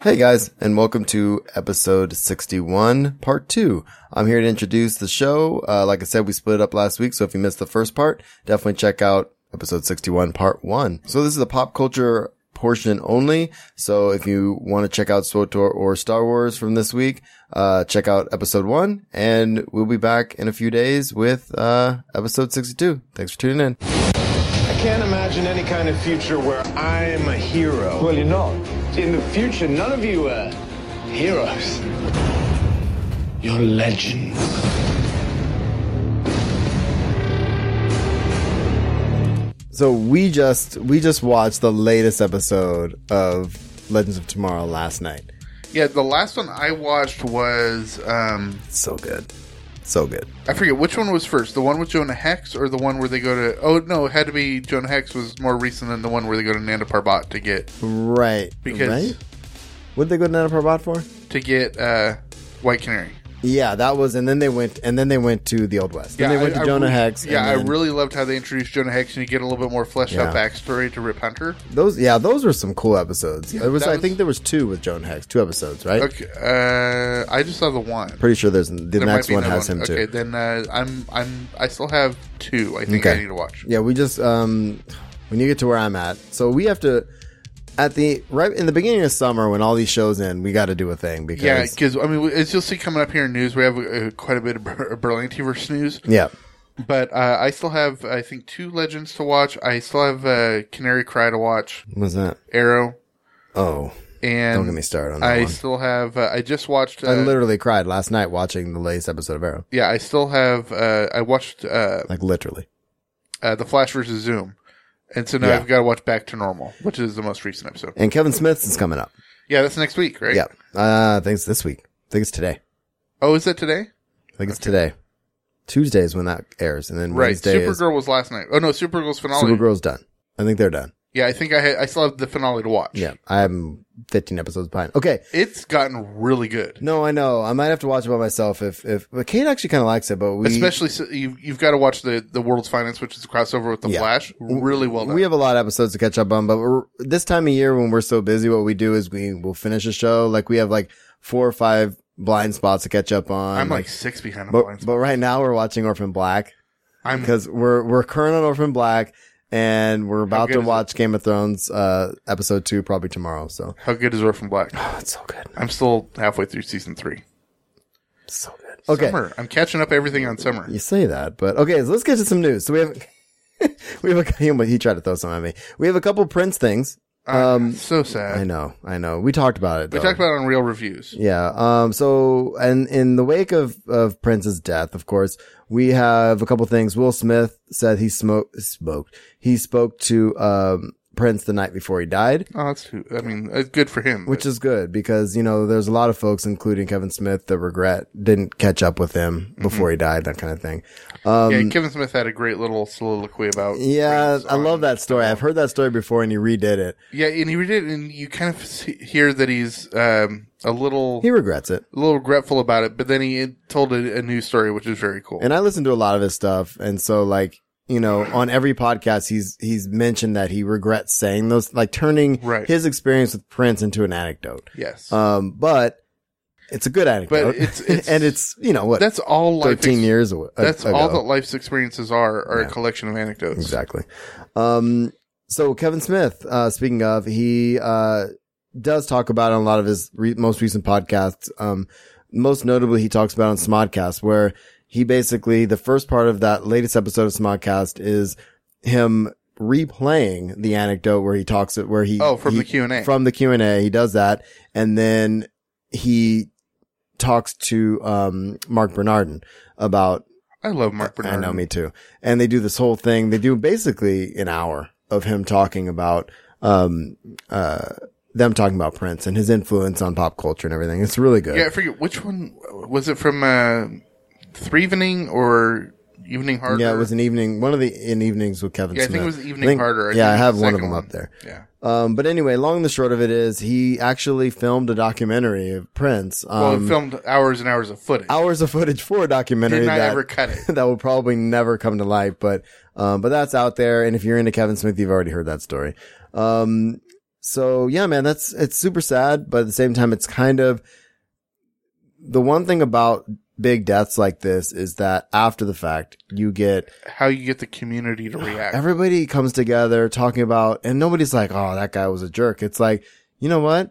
Hey guys, and welcome to episode 61, part two. I'm here to introduce the show. Uh, like I said, we split it up last week, so if you missed the first part, definitely check out episode 61, part one. So this is a pop culture portion only. So if you want to check out SWTOR or Star Wars from this week, uh, check out episode one, and we'll be back in a few days with uh, episode 62. Thanks for tuning in. I can't imagine any kind of future where I'm a hero. Well, you're not. In the future, none of you are heroes. You're legends. So we just we just watched the latest episode of Legends of Tomorrow last night. Yeah, the last one I watched was um So good. So good. I forget which one was first. The one with Jonah Hex or the one where they go to Oh no, it had to be Jonah Hex was more recent than the one where they go to Nanda Parbat to get Right. because right? What'd they go to Nana Parbat for? to get uh White Canary. Yeah, that was and then they went and then they went to the Old West. Then they went to Jonah really- Hex. and Yeah, then- I really loved how they introduced Jonah Hex and you get a little bit more fleshed out Yeah. backstory to Rip Hunter. those yeah, those were some cool episodes. There was, that I was- think there was two with Joan Hex, two episodes, right? Okay, uh I just saw the one. Pretty sure there's the There might next be one another has him too. Okay, then uh, I'm I'm I still have two. I think I need to watch. Yeah, we just um when you get to where I'm at, so we have to at the right in the beginning of summer when all these shows end, we got to do a thing because Yeah, because I mean, as you'll see coming up here in news, we have uh, quite a bit of Ber- Berlin Tiverse news. yeah. But uh, I still have, I think, two legends to watch. I still have uh, Canary Cry to watch, What was that? Arrow, Oh, and Don't get me started on that I one. still have. Uh, I just watched. Uh, I literally cried last night watching the latest episode of Arrow. yeah, I still have. Uh, I watched uh, Like literally. uh, the Flash versus Zoom, and so now Yeah. I've got to watch Back to Normal, which is the most recent episode. And Kevin Smith's is coming up. Yeah, that's next week, right? Yeah. Uh, I think it's this week. I think it's today. Oh, is that today? I think it's today. Tuesday is when that airs, and then Right. Wednesday is Supergirl was last night. Oh no, Supergirl's finale. Supergirl's done. I think they're done. Yeah, I think I had, I still have the finale to watch. Yeah, I'm 15 episodes behind. Okay, it's gotten really good. no, I know. I might have to watch it by myself if if. But Kate actually kind of likes it, but we Especially so you've, you've got to watch the the World's Finance, which is a crossover with the Yeah. Flash. Really well done. we have a lot of episodes to catch up on, but we're, this time of year when we're so busy, what we do is we will finish a show. Like we have like four or five blind spots to catch up on. I'm like, six behind on but Blind but right now we're watching Orphan Black I'm because we're we're current on Orphan Black, and we're about good to is it? watch Game of Thrones uh episode two probably tomorrow. So how good is Orphan Black? that's Oh, so good, I'm still halfway through season three. so good. Okay, Summer. I'm catching up everything on summer. You say that, but okay, so let's get to some news. So we have we have a he almost- he tried to throw some at me. We have a couple Prince things. Um, so I sad. know, I know. We talked about it. We talked about it on real reviews. yeah. Um. So, and in the wake of of Prince's death, of course, we have a couple things. Will Smith said he smoked smoked. He spoke to um Prince the night before he died. Oh, that's too, I mean, it's good for him. Which is good because, you know, there's a lot of folks, including Kevin Smith, that regret didn't catch up with him before he died, that kind of thing. but- yeah, Kevin Smith had a great little soliloquy about. um, Yeah, Prince I on- love that story. I've heard that story before, and he redid it. Yeah, and he read it, and you kind of see, hear that he's um, a little He regrets it. a little regretful about it, but then he told a, a new story, which is very cool. And I listen to a lot of his stuff, and so like you know, on every podcast, he's he's mentioned that he regrets saying those, like turning Right. his experience with Prince into an anecdote. yes, Um, but it's a good anecdote, it's- it's- and it's you know what that's all. Life thirteen ex- years ago. That's all that ago. life's experiences are are Yeah. a collection of anecdotes. exactly. Um, so Kevin Smith, uh, speaking of, he uh, does talk about on a lot of his re- most recent podcasts. Um, most notably, he talks about on Smodcast, where he basically the first part of that latest episode of Smodcast is him replaying the anecdote where he talks it, where he Oh, from he- the Q and A. from the Q and A. He does that, and then he talks to um, Mark Bernardin about I love Mark Bernard. I know, me too. And they do this whole thing. They do basically an hour of him talking about, um, uh, them talking about Prince and his influence on pop culture and everything. It's really good. Yeah, I forget which one was it from uh, Three Evening or Evening Harder. Yeah, it was an evening, one of the in evenings with Kevin Yeah, I Smith. think it was Evening Harder. I yeah, I think it have was the one of them second up one. there. Yeah. Um, but anyway, long and the short of it is he actually filmed a documentary of Prince. Um, Well, it filmed hours and hours of footage. hours of footage for a documentary Did not that, ever cut it. that will probably never come to light, but um, but that's out there. And if you're into Kevin Smith, you've already heard that story. Um, So yeah, man, that's, it's super sad, but at the same time, it's kind of the one thing about big deaths like this is that after the fact, you get How you get the community to react? everybody comes together talking about, and nobody's like, oh, that guy was a jerk. It's like, you know what?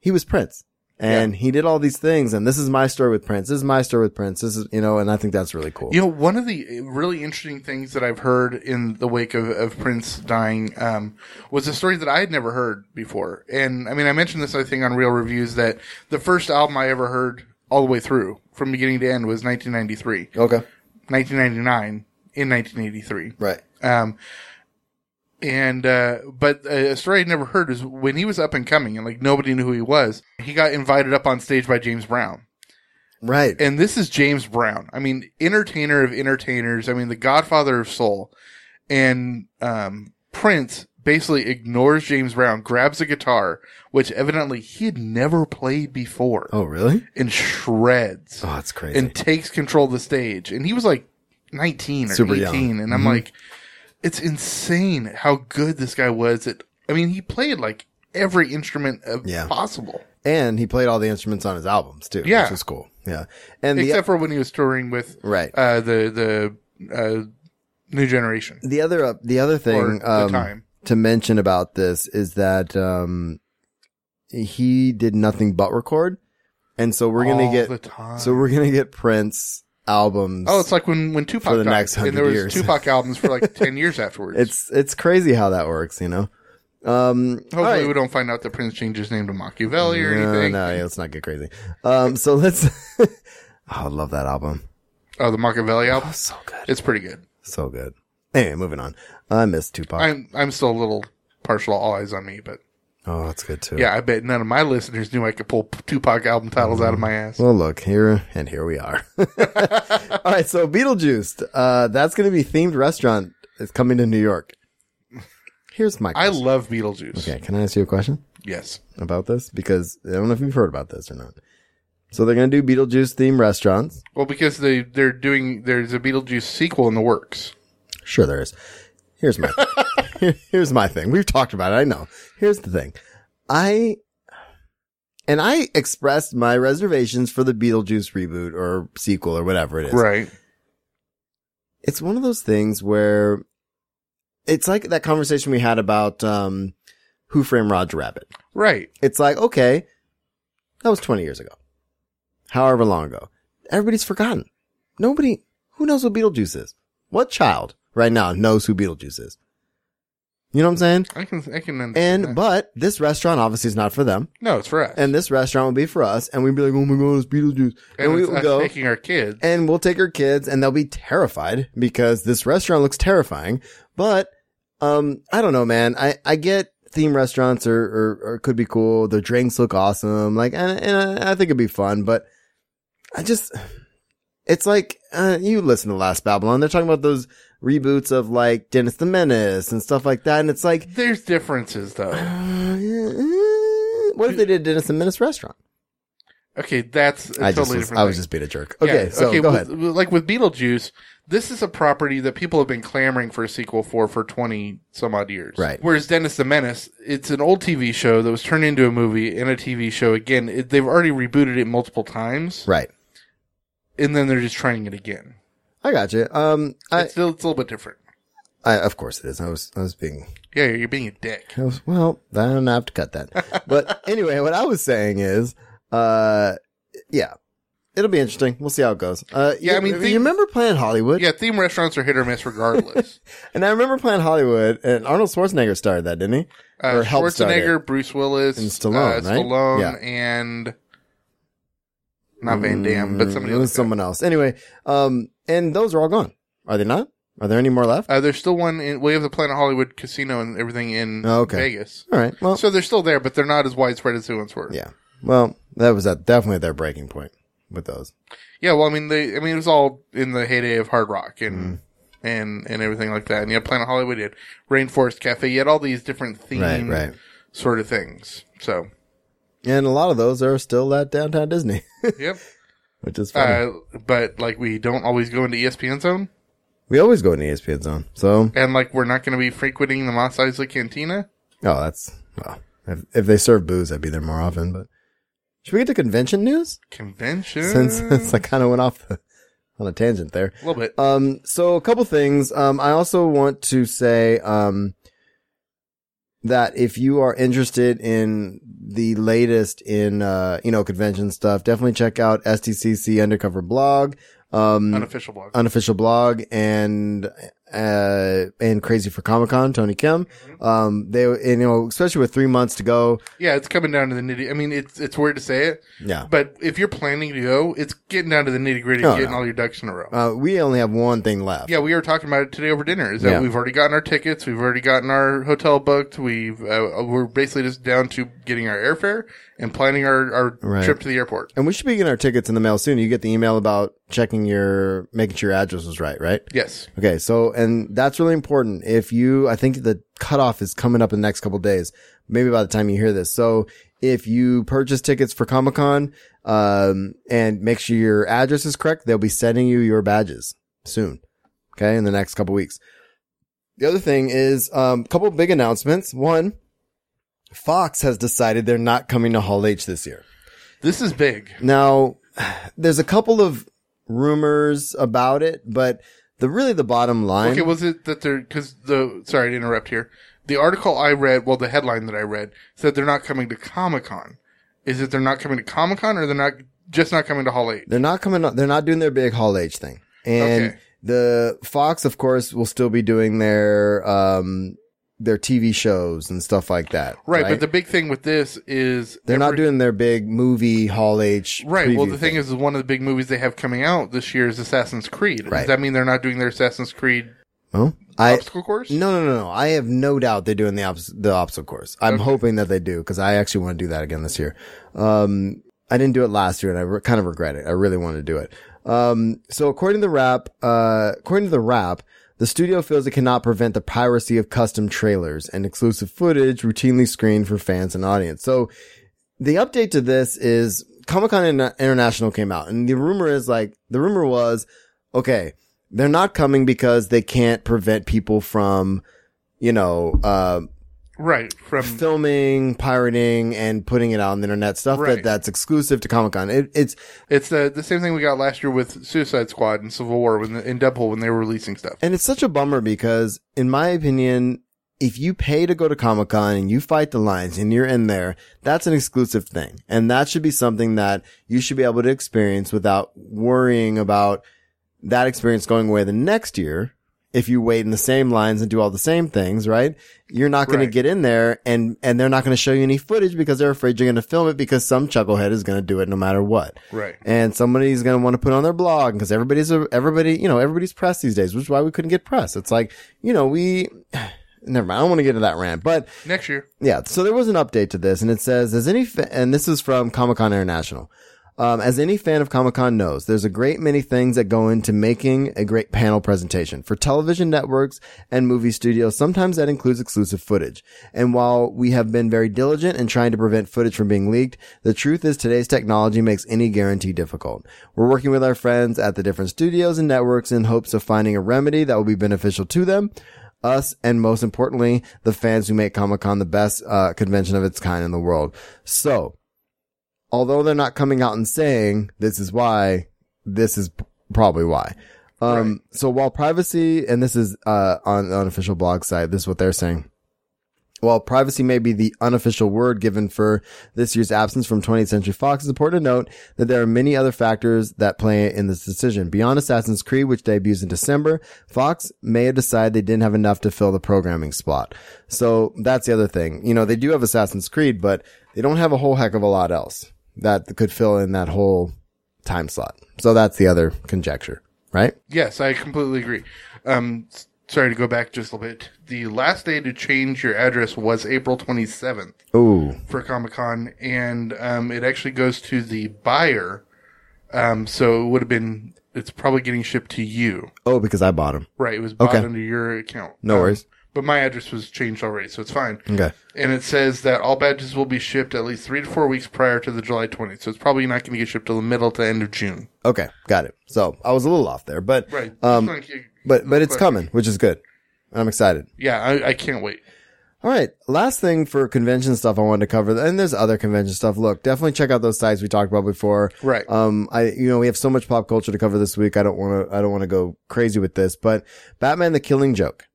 He was Prince and he did all these things. And this is my story with Prince. This is my story with Prince. This is, you know, and I think that's really cool. You know, one of the uh, really interesting things that I've heard in the wake of, of Prince dying um, was a story that I had never heard before. And I mean, I mentioned this, I think, on Real Reviews that the first album I ever heard all the way through from beginning to end was 1993, Okay. 1999 in 1983. Right. Um, and uh, but a story I'd never heard is when he was up and coming and like nobody knew who he was. He got invited up on stage by James Brown, Right. and this is James Brown. I mean, entertainer of entertainers. I mean, the Godfather of soul, and um, Prince basically ignores James Brown, grabs a guitar which evidently he had never played before, oh, really? and shreds Oh, it's crazy. and takes control of the stage. And he was like 19 or Super 18. young. Mm-hmm. And I'm like, it's insane how good this guy was. At, I mean, he played like every instrument of Yeah. possible, and he played all the instruments on his albums too, Yeah. which was cool. Yeah. And the, except for when he was touring with Right. uh, the, the uh, New Generation. the other, uh, the other Or thing, the um, time. to mention about this is that, um, he did nothing but record. And so we're going All to get, the time. so we're going to get Prince albums. Oh, it's like when when Tupac For the died, next and 100 there was years. Tupac albums for like ten years afterwards. it's, it's crazy how that works, you know? Um, all Hopefully, right. we don't find out that Prince changed his name to Machiavelli or no, anything. no, yeah, let's not get crazy. Um, so let's, I love that album. Oh, the Machiavelli album. So good. It's pretty good. So good. Anyway, moving on. I miss Tupac. I'm I'm still a little partial. to All eyes on me, but oh, that's good too. yeah, I bet none of my listeners knew I could pull Tupac album titles out of my ass. Well, look here, and here we are. All right, so Beetlejuice. Uh, that's going to be themed restaurant. It's coming to New York. Here's my. I Question. love Beetlejuice. okay, can I ask you a question Yes. about this? Because I don't know if you've heard about this or not. So they're going to do Beetlejuice themed restaurants. Well, because they they're doing there's a Beetlejuice sequel in the works. Sure, there is. Here's my here- here's my thing. We've talked about it. I know. Here's the thing. I and I expressed my reservations for the Beetlejuice reboot or sequel or whatever it is. Right. It's one of those things where it's like that conversation we had about um, Who Framed Roger Rabbit. Right. It's like okay, that was twenty years ago, however long ago. Everybody's forgotten. Nobody who knows what Beetlejuice is. What child right now knows who Beetlejuice is? You know what I'm saying? I can I can understand. And that. but this restaurant obviously is not for them, no, it's for us. and this restaurant would be for us, and we'd be like, oh my god, it's Beetlejuice, and, and we it's would us go. taking our kids. And we'll take our kids and they'll be terrified because this restaurant looks terrifying. But, um, I don't know, man. I, I get theme restaurants are, are, are could be cool. The drinks look awesome. Like, and, and I, I think it'd be fun, but I just, it's like, uh, you listen to Last Babylon. They're talking about those reboots of like Dennis the Menace and stuff like that. And it's like, there's differences though. uh, eh, what if they did Dennis the Menace restaurant? Okay, that's a I totally just, was, different. I was thing. just being a jerk. Okay. Yeah, so go ahead. with- Like with Beetlejuice, this is a property that people have been clamoring for a sequel for for 20 some odd years. Right. Whereas Dennis the Menace, it's an old TV show that was turned into a movie and a TV show again. It, they've already rebooted it multiple times, Right. and then they're just trying it again. I got you. Um, I, it's, still, it's a little bit different. I, of course it is. I was, I was being, Yeah, you're being a dick. I was, well, I don't have to cut that. but anyway, what I was saying is, uh, yeah, it'll be interesting. We'll see how it goes. Uh, Yeah, you- I mean, you things- remember playing Hollywood? Yeah, theme restaurants are hit or miss regardless. And I remember playing Hollywood and Arnold Schwarzenegger started that, didn't he? Uh, start it. Schwarzenegger, Bruce Willis, And Stallone, uh, right? Stallone Yeah. and not Van Damme, but somebody It was else. someone else. Anyway, um, and those are all gone. Are they not? Are there any more left? Uh, there's still one. In, we have the Planet Hollywood Casino and everything in Oh, okay. Vegas. all right. Well, So they're still there, but they're not as widespread as the ones were. yeah. Well, that was at definitely their breaking point with those. Yeah, Well, I mean, they. I mean, it was all in the heyday of hard rock and Mm-hmm. and and everything like that. And you had Planet Hollywood, you had Rainforest Cafe, you had all these different Right, themed right. sort of things. So, And a lot of those are still at downtown Disney, yep. which is funny. Uh, but like, we don't always go into E ESPN Zone, We always go E in the ESPN zone. So, oh, and like, we're not going to be frequenting the Moss Isley Cantina. oh, that's, well, If, if they serve booze, I'd be there more often. But should we get to convention news? Convention. Since, since I kind of went off the, on a tangent there. a little bit. Um, so a couple things. Um, I also want to say, um, that if you are interested in the latest in, uh, you know, convention stuff, definitely check out STCC undercover blog. Um, Unofficial blog. unofficial blog and uh and crazy for comic con tony kim um they and, you know especially with three months to go yeah, it's coming down to the nitty. I mean, it's it's weird to say it, yeah but if you're planning to go, it's getting down to the nitty gritty, Oh, getting no. all your ducks in a row. uh we only have one thing left yeah, we were talking about it today over dinner. Is that Yeah. we've already gotten our tickets, we've already gotten our hotel booked. We've uh, we're basically just down to getting our airfare and planning our our Right. trip to the airport. and we should be getting our tickets in the mail soon you get the email about checking your making sure your address was right right Yes, Okay, so and that's really important. If you, I think the cutoff is coming up in the next couple days, maybe by the time you hear this. So if you purchase tickets for Comic Con, um, and make sure your address is correct, they'll be sending you your badges soon. Okay, in the next couple weeks. The other thing is, um, couple big announcements. One, Fox has decided they're not coming to Hall H this year. this is big. Now, there's a couple of rumors about it, but the really the bottom line. Okay, was it that they're because the sorry to interrupt here. The article I read, well, the headline that I read said they're not coming to Comic Con. Is it they're not coming to Comic Con or they're not just not coming to Hall Eight? They're not coming. They're not doing their big Hall H thing. And Okay. the Fox, of course, will still be doing their um their TV shows and stuff like that. Right, but the big thing with this is they're not every- doing their big movie Hall H. Right. Well, preview the thing, is, one of the big movies they have coming out this year is Assassin's Creed. Right. Does that mean they're not doing their Assassin's Creed Oh, I obstacle course? no no no no. I have no doubt they're doing the obs- the obstacle course. I'm hoping that they do because I actually want to do that again this year. Um, I didn't do it last year and I re- kind of regret it. I really wanted to do it. Um, so according to the rap, uh, according to the rap, the studio feels it cannot prevent the piracy of custom trailers and exclusive footage routinely screened for fans and audience. So the update to this is Comic Con Inter- International came out and the rumor is like, the rumor was, okay, they're not coming because they can't prevent people from, you know, uh, Right. From filming, pirating, and putting it out on the internet stuff that Right. that's exclusive to Comic Con. It, it's it's the the same thing we got last year with Suicide Squad and Civil War when the, in Deadpool when they were releasing stuff. and it's such a bummer because, in my opinion, if you pay to go to Comic Con and you fight the lines and you're in there, that's an exclusive thing, and that should be something that you should be able to experience without worrying about that experience going away the next year. If you wait in the same lines and do all the same things, right? You're not going Right. to get in there and, and they're not going to show you any footage because they're afraid you're going to film it because some chucklehead is going to do it no matter what Right. and somebody's going to want to put it on their blog because everybody's a, everybody, you know, everybody's press these days, which is why we couldn't get press. It's like, you know, we, never mind. I don't want to get into that rant, but Next year. yeah. So there was an update to this and it says, as any, fa- and this is from Comic Con International. Um, as any fan of Comic Con knows, there's a great many things that go into making a great panel presentation. For television networks and movie studios, sometimes that includes exclusive footage. And while we have been very diligent in trying to prevent footage from being leaked, the truth is today's technology makes any guarantee difficult. We're working with our friends at the different studios and networks in hopes of finding a remedy that will be beneficial to them us, and most importantly, the fans who make Comic Con the best uh, convention of its kind in the world. So, although they're not coming out and saying this is why, this is p- probably why. Um, So while privacy, and this is uh, on the unofficial blog site, this is what they're saying. While privacy may be the unofficial word given for this year's absence from 20th Century Fox, it's important to note that there are many other factors that play in this decision. Beyond Assassin's Creed, which debuts in December, Fox may have decided they didn't have enough to fill the programming spot. So that's the other thing. You know, they do have Assassin's Creed, but they don't have a whole heck of a lot else that could fill in that whole time slot. So that's the other conjecture, right? Yes, I completely agree. Um, s- sorry to go back just a little bit. The last day to change your address was April 27th Ooh. for Comic Con, and um, it actually goes to the buyer. Um, so it would have been. It's probably getting shipped to you. Oh, because I bought them. Right. It was bought Okay. under your account. No Um, worries. But my address was changed already, so it's fine. Okay. And it says that all badges will be shipped at least three to four weeks prior to the July 20th. So it's probably not going to get shipped till the middle to end of June. Okay. Got it. So I was a little off there, but, Right. um, Just like you- but, but it's But- coming, which is good. I'm excited. Yeah, I, I can't wait. All right. Last thing for convention stuff I wanted to cover, and there's other convention stuff. Look, definitely check out those sites we talked about before. Right. Um, I, you know, we have so much pop culture to cover this week. I don't want to, I don't want to go crazy with this, but Batman the Killing Joke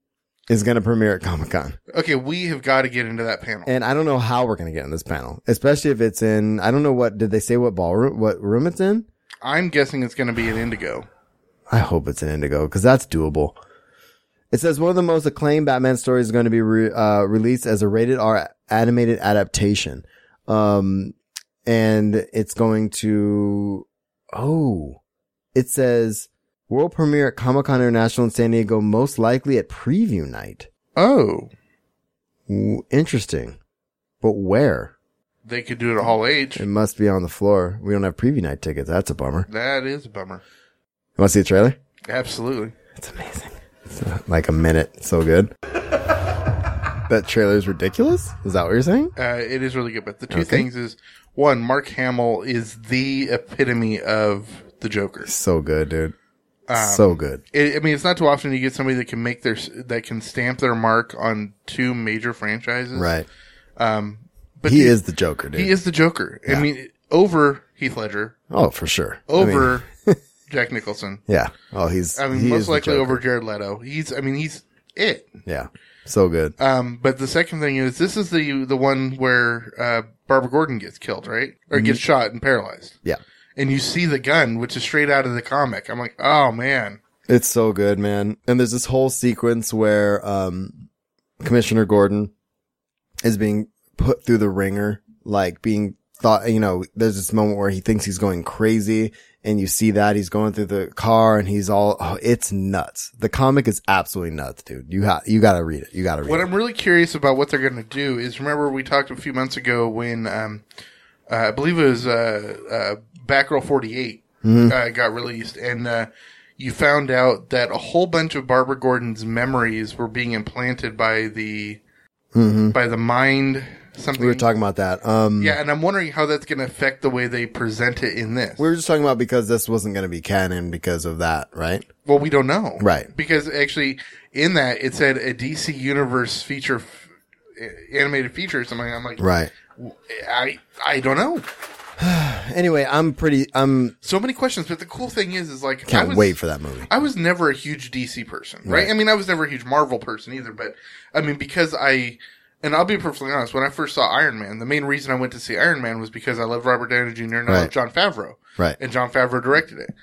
is going to premiere at Comic Con. Okay, we have got to get into that panel. And I don't know how we're going to get in this panel, especially if it's in, I don't know what, did they say what ballroom, what room it's in? I'm guessing it's going to be an Indigo. I hope it's an Indigo because that's doable. It says one of the most acclaimed Batman stories is going to be re- uh, released as a rated R animated adaptation. Um, and it's going to, oh, it says world premiere at Comic Con International in San Diego, most likely at preview night. Oh, Ooh, interesting. But where? they could do it at Hall H. It must be on the floor. We don't have preview night tickets. That's a bummer. That is a bummer. You want to see the trailer? Absolutely. It's amazing. It's uh, like a minute. It's so good. that trailer is ridiculous. Is that what you're saying? Uh, it is really good. But the two Okay. things is one, Mark Hamill is the epitome of the Joker. So good, dude. Um, so good. It, I mean, it's not too often you get somebody that can make their s- that can stamp their mark on two major franchises. Right. Um, but He is the Joker, dude. he is the Joker. I mean, over Heath Ledger, oh, for sure. I mean, over Jack Nicholson. yeah. Oh, he's. I mean, he is most the likely Joker. over Jared Leto. He's. I mean, he's it. Yeah. So good. Um, but the second thing is this is the the one where uh, Barbara Gordon gets killed, right, or gets shot and paralyzed, Yeah. and you see the gun, which is straight out of the comic. I'm like, oh man, It's so good, man. And there's this whole sequence where um Commissioner Gordon is being put through the ringer, like being thought, you know, there's this moment where he thinks he's going crazy and you see that he's going through the car and he's all, oh, it's nuts. The comic is absolutely nuts, dude. You ha- you gotta read it. You gotta read What it. I'm really curious about what they're going to do is remember we talked a few months ago when um, uh, I believe it was uh, uh, Batgirl 48 Mm-hmm. uh, got released, and uh, you found out that a whole bunch of Barbara Gordon's memories were being implanted by the by the mind something. Mm-hmm. we were talking about that. Um, yeah, and I'm wondering how that's going to affect the way they present it in this. we were just talking about because this wasn't going to be canon because of that, right? Well, we don't know. Right. Because actually, in that, it said a DC Universe feature, f- a- animated feature or something. I'm like, Right. I, I don't know. Anyway, I'm pretty, I'm, So many questions. But the cool thing is, is like, I can't was, wait for that movie. I was never a huge DC person, right? Right. I mean, I was never a huge Marvel person either, but I mean, because I, and I'll be perfectly honest, when I first saw Iron Man, the main reason I went to see Iron Man was because I loved Robert Downey Jr. and I Right. loved John Favreau. Right. And John Favreau directed it.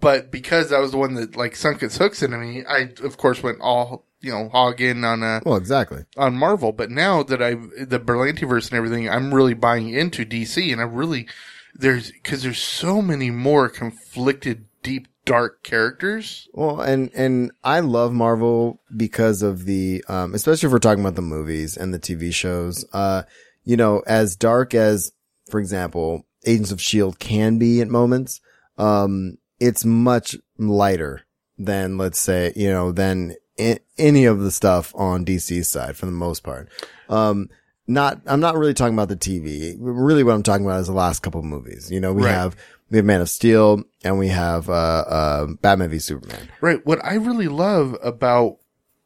But because that was the one that like sunk its hooks into me, I of course went all, you know, hog in on, uh, Well, exactly. on Marvel, but now that I've the Berlantiverse and everything, I'm really buying into DC, and I really there's because there's so many more conflicted, deep, dark characters. Well, and and I love Marvel because of the, um, especially if we're talking about the movies and the TV shows. Uh, you know, as dark as, for example, Agents of Shield E can be at moments, um, it's much lighter than let's say, you know, than a- any of the stuff on DC's side for the most part. Um, not, I'm not really talking about the TV. Really, what I'm talking about is the last couple of movies. You know, we Right. have we have Man of Steel and we have uh, uh, Batman v Superman. Right. What I really love about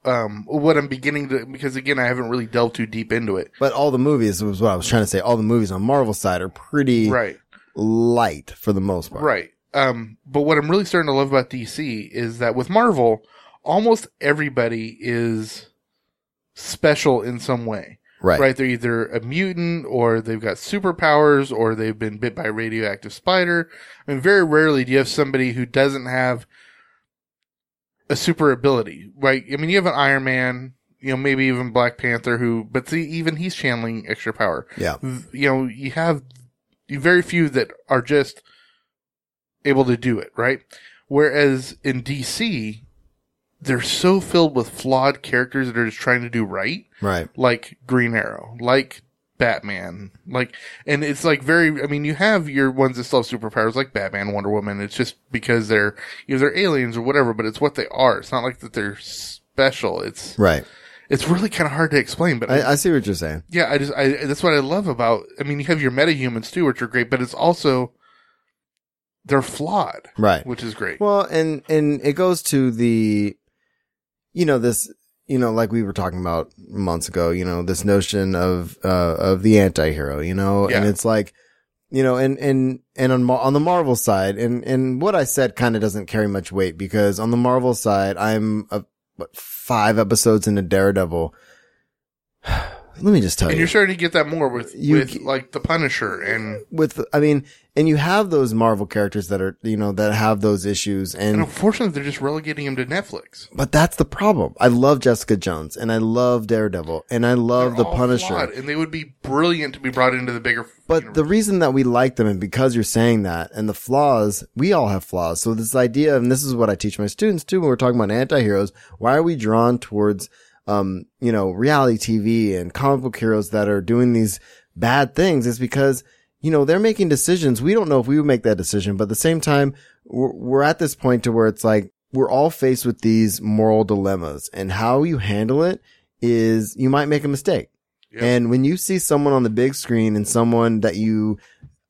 um what I'm beginning to because again I haven't really delved too deep into it. But all the movies was what I was trying to say. All the movies on Marvel side are pretty Right. light for the most part. Right. Um, but what I'm really starting to love about DC is that with Marvel, almost everybody is special in some way. Right. They're either a mutant or they've got superpowers or they've been bit by a radioactive spider. I mean, very rarely do you have somebody who doesn't have a super ability, right? I mean, you have an Iron Man, you know, maybe even Black Panther who, but see, even he's channeling extra power Yeah. you know, you have you very few that are just able to do it, right? Whereas in DC, they're so filled with flawed characters that are just trying to do right, Right. like Green Arrow, like Batman, like, and it's like very, I mean, you have your ones that still have superpowers, like Batman, Wonder Woman. It's just because they're, you know, they're aliens or whatever, but it's what they are. It's not like that they're special. It's, Right. it's really kind of hard to explain, but I, I see what you're saying. yeah, I just I that's what I love about. I mean, you have your metahumans too, which are great, but it's also they're flawed, Right. Which is great. Well, and and it goes to the, you know, this you know, like we were talking about months ago, you know, this notion of, uh, of the anti-hero, you know, and Yeah. it's like, you know, and, and, and on, Mar- on the Marvel side, and, and what I said kind of doesn't carry much weight because on the Marvel side, I'm, uh what, five episodes into Daredevil. Let me just tell And you. you're starting to get that more with You with g- like the Punisher and with I mean, and you have those Marvel characters that are you know that have those issues, and, and unfortunately they're just relegating him to Netflix. but that's the problem. I love Jessica Jones, and I love Daredevil, and I love They're the all Punisher. flawed, and they would be brilliant to be brought into the bigger. But universe. the reason that we like them and because you're saying that and the flaws, we all have flaws. So this idea, and this is what I teach my students too, when we're talking about anti-heroes, why are we drawn towards, um, you know, reality TV and comic book heroes that are doing these bad things is because, you know, they're making decisions. We don't know if we would make that decision, but at the same time, we're, we're at this point to where it's like, we're all faced with these moral dilemmas and how you handle it is you might make a mistake. Yep. And when you see someone on the big screen and someone that you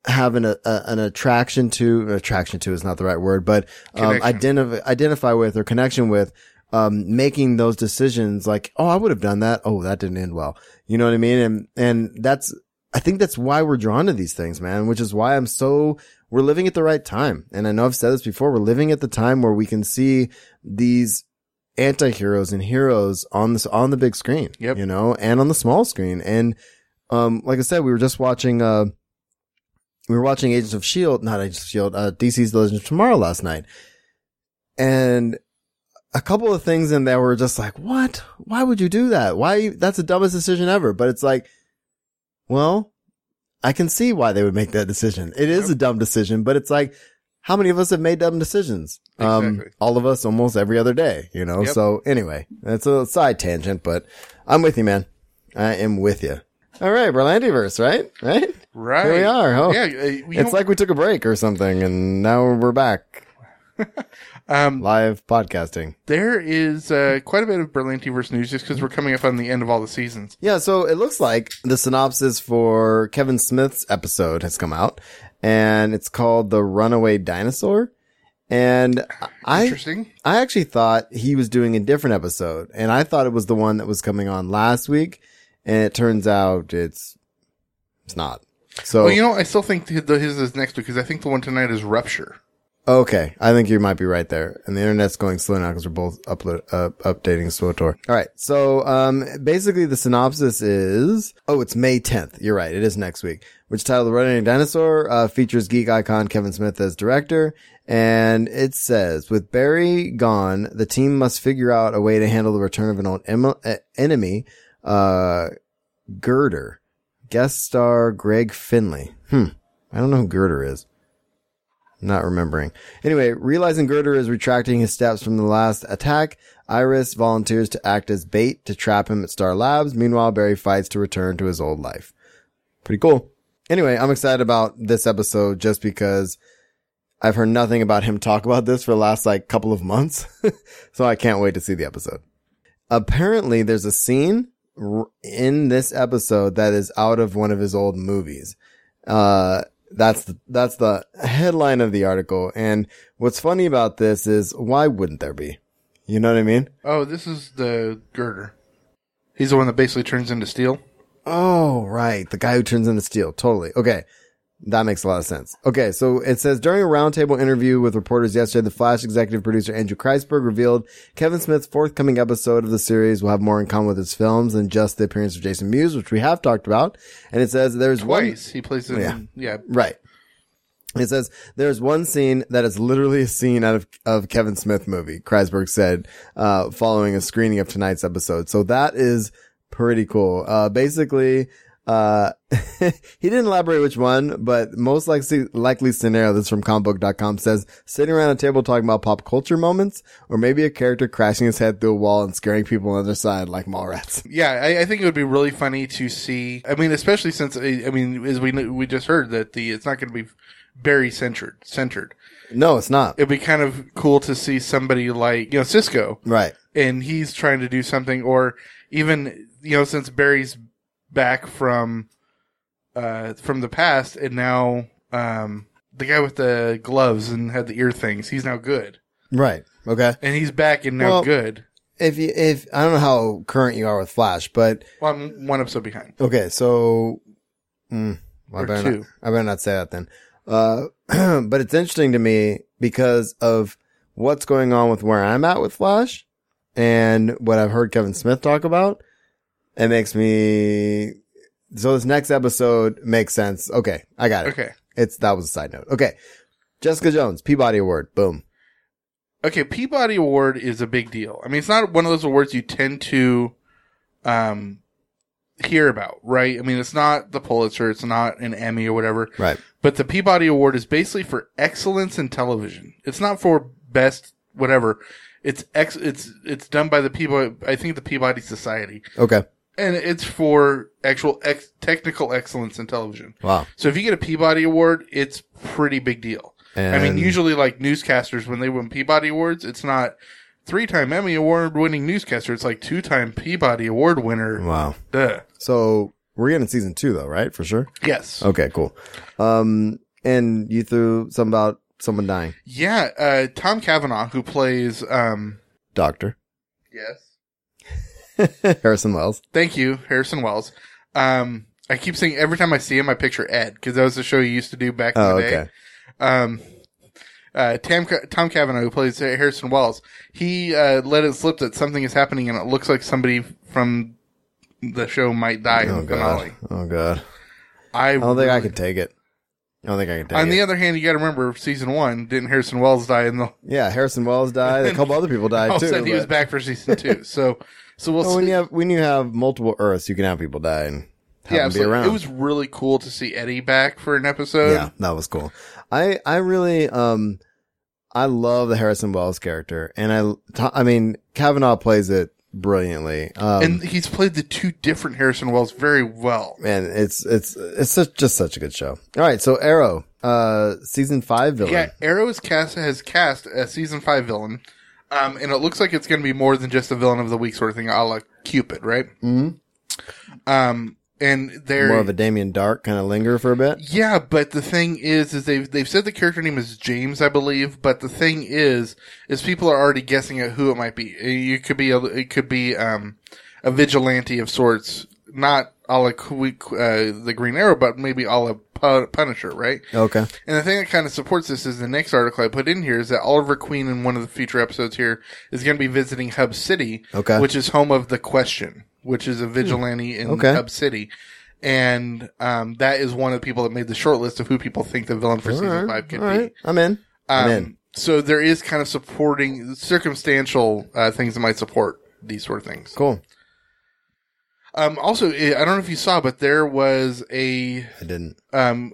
have an, a, an attraction to, attraction to is not the right word, but um, Connection. identif- identify with or connection with, um, making those decisions like, oh, I would have done that. Oh, that didn't end well. You know what I mean? And, and that's, I think that's why we're drawn to these things, man, which is why I'm so, we're living at the right time. And I know I've said this before. We're living at the time where we can see these anti-heroes and heroes on this, on the big screen, Yep. you know, and on the small screen. And, um, like I said, we were just watching, uh, we were watching Agents of Shield, E not Agents of Shield, uh, DC's The Legend of Tomorrow last night. And a couple of things in there were just like, what? Why would you do that? Why? That's the dumbest decision ever. But it's like, well, I can see why they would make that decision. It is a dumb decision, but it's like, how many of us have made dumb decisions? Um, Exactly. all of us almost every other day, you know? Yep. So anyway, that's a side tangent, but I'm with you, man. I am with you. All right. We're Landyverse, right? Right? right Here we are. Oh, Yeah, uh, we it's don't- like we took a break or something and now we're back um, live podcasting. there is uh, quite a bit of Berlantiverse news just because we're coming up on the end of all the seasons. Yeah, so it looks like the synopsis for Kevin Smith's episode has come out and it's called The Runaway Dinosaur. And I Interesting. I actually thought he was doing a different episode and I thought it was the one that was coming on last week and it turns out it's it's not. So Well, you know, I still think th- the, his is next week because I think the one tonight is Rupture. Okay, I think you might be right there. And the internet's going slow now because we're both upload, uh, updating SWOTOR. All right, so um, basically the synopsis is oh, it's May 10th. You're right, it is next week. Which titled "The Running Dinosaur" uh, features geek icon Kevin Smith as director, and it says with Barry gone, the team must figure out a way to handle the return of an old em- uh, enemy, uh, Girder. Guest star Greg Finley. Hmm, I don't know who Girder is not remembering. Anyway, realizing Girder is retracting his steps from the last attack, Iris volunteers to act as bait to trap him at Star Labs. Meanwhile, Barry fights to return to his old life. Pretty cool. Anyway, I'm excited about this episode just because I've heard nothing about him talk about this for the last like couple of months. so I can't wait to see the episode. Apparently, there's a scene r- in this episode that is out of one of his old movies. Uh, that's the, that's the headline of the article. And what's funny about this is why wouldn't there be? You know what I mean? Oh, this is the girder. He's the one that basically turns into steel. Oh, right. The guy who turns into steel. Totally. Okay. That makes a lot of sense. Okay. So it says during a roundtable interview with reporters yesterday, the Flash executive producer Andrew Kreisberg revealed Kevin Smith's forthcoming episode of the series will have more in common with his films than just the appearance of Jason Mewes, which we have talked about. And it says there's one, Twice. He plays it. Yeah. yeah. Right. It says there's one scene that is literally a scene out of, of Kevin Smith movie. Kreisberg said uh, following a screening of tonight's episode. So that is pretty cool. Uh, basically, uh, he didn't elaborate which one, but most likely likely scenario. This is from comicbook.com says sitting around a table talking about pop culture moments, or maybe a character crashing his head through a wall and scaring people on the other side like Mallrats. Yeah, I, I think it would be really funny to see. I mean, especially since I I mean, as we kn- we just heard that the it's not going to be Barry centered. Centered. No, it's not. It'd be kind of cool to see somebody like you know Cisco, Right. and he's trying to do something, or even you know since Barry's back from uh from the past, and now um the guy with the gloves and had the ear things, he's now good, Right. Okay. and he's back and now Well- good. if you, if I don't know how current you are with Flash, but Well, I'm one episode behind. okay, so mm, well, I Or better two. not, I better not say that then. Uh, but it's interesting to me because of what's going on with where I'm at with Flash and what I've heard Kevin Smith talk about. It makes me so this next episode makes sense. Okay, I got it. Okay. It's that was a side note. Okay, Jessica Jones Peabody Award. Boom. Okay, Peabody Award is a big deal. I mean, it's not one of those awards you tend to um hear about, right? I mean, it's not the Pulitzer, it's not an Emmy or whatever. Right. But the Peabody Award is basically for excellence in television. It's not for best whatever. It's ex- it's it's done by the Peabody I think the Peabody Society. Okay. And it's for actual ex- technical excellence in television. Wow. So if you get a Peabody Award, it's pretty big deal. I mean, And- usually like newscasters when they win Peabody Awards, it's not three-time Emmy Award winning newscaster. It's like two-time Peabody Award winner. Wow. Duh. So we're getting season two though, right? For sure. Yes. Okay, cool. Um, and you threw something about someone dying. Yeah. Uh, Tom Cavanaugh, who plays um. Doctor Yes. Harrison Wells. Thank you, Harrison Wells. Um, I keep saying every time I see him, I picture Ed because that was the show he used to do back in Oh, the day. okay. Um, uh, Tam, Tom Cavanaugh, who plays Harrison Wells, he uh, let it slip that something is happening, and it looks like somebody from the show might die in Oh the god. finale. Oh god. I, I don't think I can take it. I don't think I can take On it. the other hand, you got to remember season one didn't Harrison Wells die in the. yeah, Harrison Wells died. A couple other people died All too. said he was but- Oh, back for season two, so so we'll Well, see. when you have when you have multiple Earths, you can have people die and have them yeah, be absolutely. around. it was really cool to see Eddie back for an episode. yeah, that was cool. I I really um I love the Harrison Wells character, and I to- I mean Kavanaugh plays it brilliantly. Um, and he's played the two different Harrison Wells very well. man, it's it's it's such, just such a good show. All right, so Arrow, uh, season five villain. Yeah, Arrow has cast has cast a season five villain, um, and it looks like it's going to be more than just a villain of the week sort of thing, a la Cupid, right? Mm-hmm. Um, and they're More of a Damien Dark kind of linger for a bit. yeah, but the thing is, is they've they've said the character name is James, I believe, but the thing is, is people are already guessing at who it might be. You could be a it could be um a vigilante of sorts, not a la Qu- uh, the Green Arrow, but maybe a la Pu- Punisher, right? Okay. And the thing that kind of supports this is the next article I put in here is that Oliver Queen in one of the future episodes here is going to be visiting Hub City, Okay. Hmm. which is home of the Question, which is a vigilante in Okay. Hub City, and um, that is one of the people that made the short list of who people think the villain for All season right, five could all right. be. I'm in. I'm in. Um, so there is kind of supporting circumstantial uh, things that might support these sort of things. Cool. Um, also, I I don't know if you saw, but there was a I didn't. um,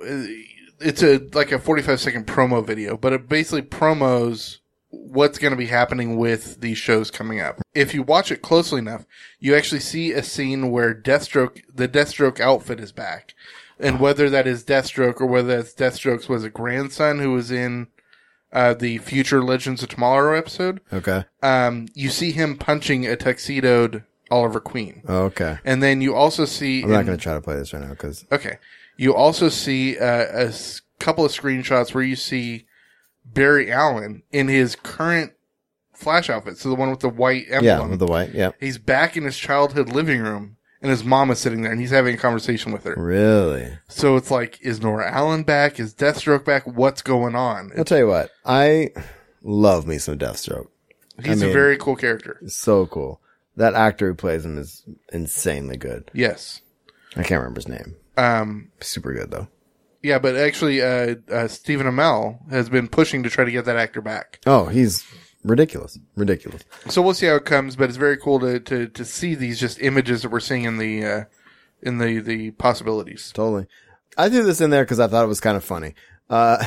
it's a like a 45 second promo video, but it basically promos what's going to be happening with these shows coming up. If you watch it closely enough, you actually see a scene where Deathstroke, the Deathstroke outfit is back. And whether that is Deathstroke or whether that's Deathstroke's was a grandson who was in uh, the future Legends of Tomorrow episode, Okay. um, you see him punching a tuxedoed Oliver Queen. Okay. And then you also see I'm not in- going to try to play this right now because Okay. You also see uh, a s- couple of screenshots where you see Barry Allen in his current Flash outfit, so the one with the white emblem. yeah, with the white. Yeah. he's back in his childhood living room, and his mom is sitting there, and he's having a conversation with her. Really. So it's like, is Nora Allen back? Is Deathstroke back? What's going on? I'll tell you what. I love me some Deathstroke. he's mean- a very cool character. It's so cool. That actor who plays him is insanely good. Yes. I can't remember his name. Um, Super good though. yeah, but actually, uh, uh, Stephen Amell has been pushing to try to get that actor back. Oh, he's ridiculous. Ridiculous. so we'll see how it comes but it's very cool to, to, to see these just images that we're seeing in the uh, in the the possibilities Totally. I threw this in there because I thought it was kind of funny. Uh,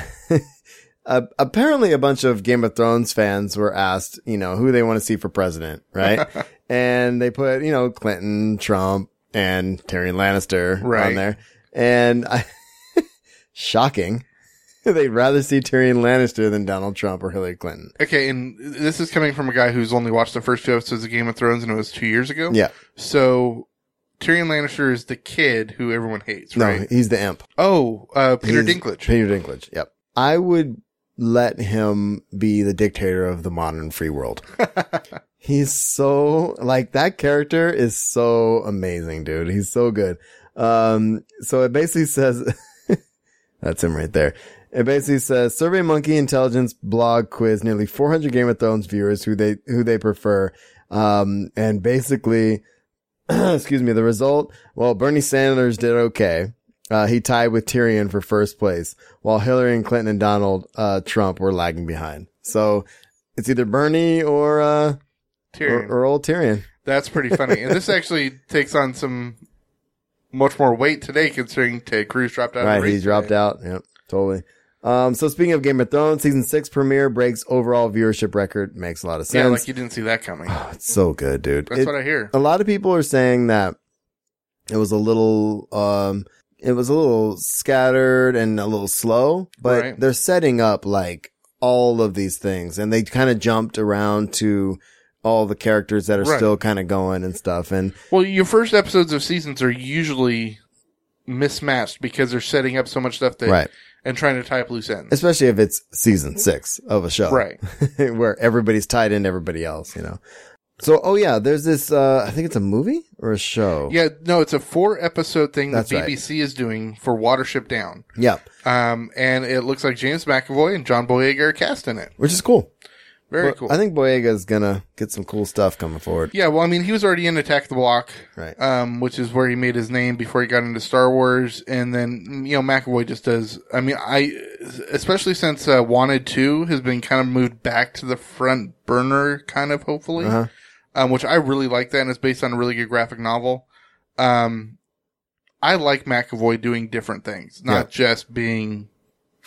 a- apparently, a bunch of Game of Thrones fans were asked, you know, who they want to see for president, right? and they put, you know, Clinton, Trump, and Tyrion Lannister on Right. there. And I, shocking, they'd rather see Tyrion Lannister than Donald Trump or Hillary Clinton. okay and this is coming from a guy who's only watched the first two episodes of game of thrones and it was two years ago Yeah. so tyrion lannister is the kid who everyone hates No, right he's the imp. oh uh, peter He's- dinklage Peter Dinklage. Yep. I would let him be the dictator of the modern free world. He's so like that character is so amazing, dude. He's so good. Um, so it basically says that's him right there. It basically says Survey Monkey intelligence blog quiz nearly 400 Game of Thrones viewers who they who they prefer. Um, and basically, excuse me, the result. Well, Bernie Sanders did okay. Uh, he tied with Tyrion for first place, while Hillary and Clinton and Donald uh, Trump were lagging behind. So it's either Bernie or uh, or, Tyrion. or old Tyrion. That's pretty funny. and this actually takes on some much more weight today, considering Ted Cruz dropped out. of the Right, he race dropped today. out. Yep, totally. Um, so speaking of Game of Thrones, season six premiere breaks overall viewership record. Makes a lot of sense. Yeah, like you didn't see that coming. it's so good, dude. That's It- what I hear. a lot of people are saying that it was a little, um, it was a little scattered and a little slow, but Right. they're setting up like all of these things and they kind of jumped around to all the characters that are Right. still kind of going and stuff. And Well, your first episodes of seasons are usually mismatched because they're setting up so much stuff that right. and trying to tie up loose ends. especially if it's season six of a show, Right. where everybody's tied into everybody else, you know. So, oh yeah, there's this. Uh, I think it's a movie or a show. Yeah, no, it's a four episode thing That's that right. BBC is doing for Watership Down. yeah, Um, and it looks like James McAvoy and John Boyega are cast in it. which is cool. Very Well, cool. I think Boyega's gonna get some cool stuff coming forward. Yeah, well, I mean, he was already in Attack the Block, Right. Um, which is where he made his name before he got into Star Wars, and then you know McAvoy just does. I mean, I especially since uh, Wanted Two has been kind of moved back to the front burner, kind of hopefully, um, which I really like that, and it's based on a really good graphic novel. Um, I like McAvoy doing different things, not just being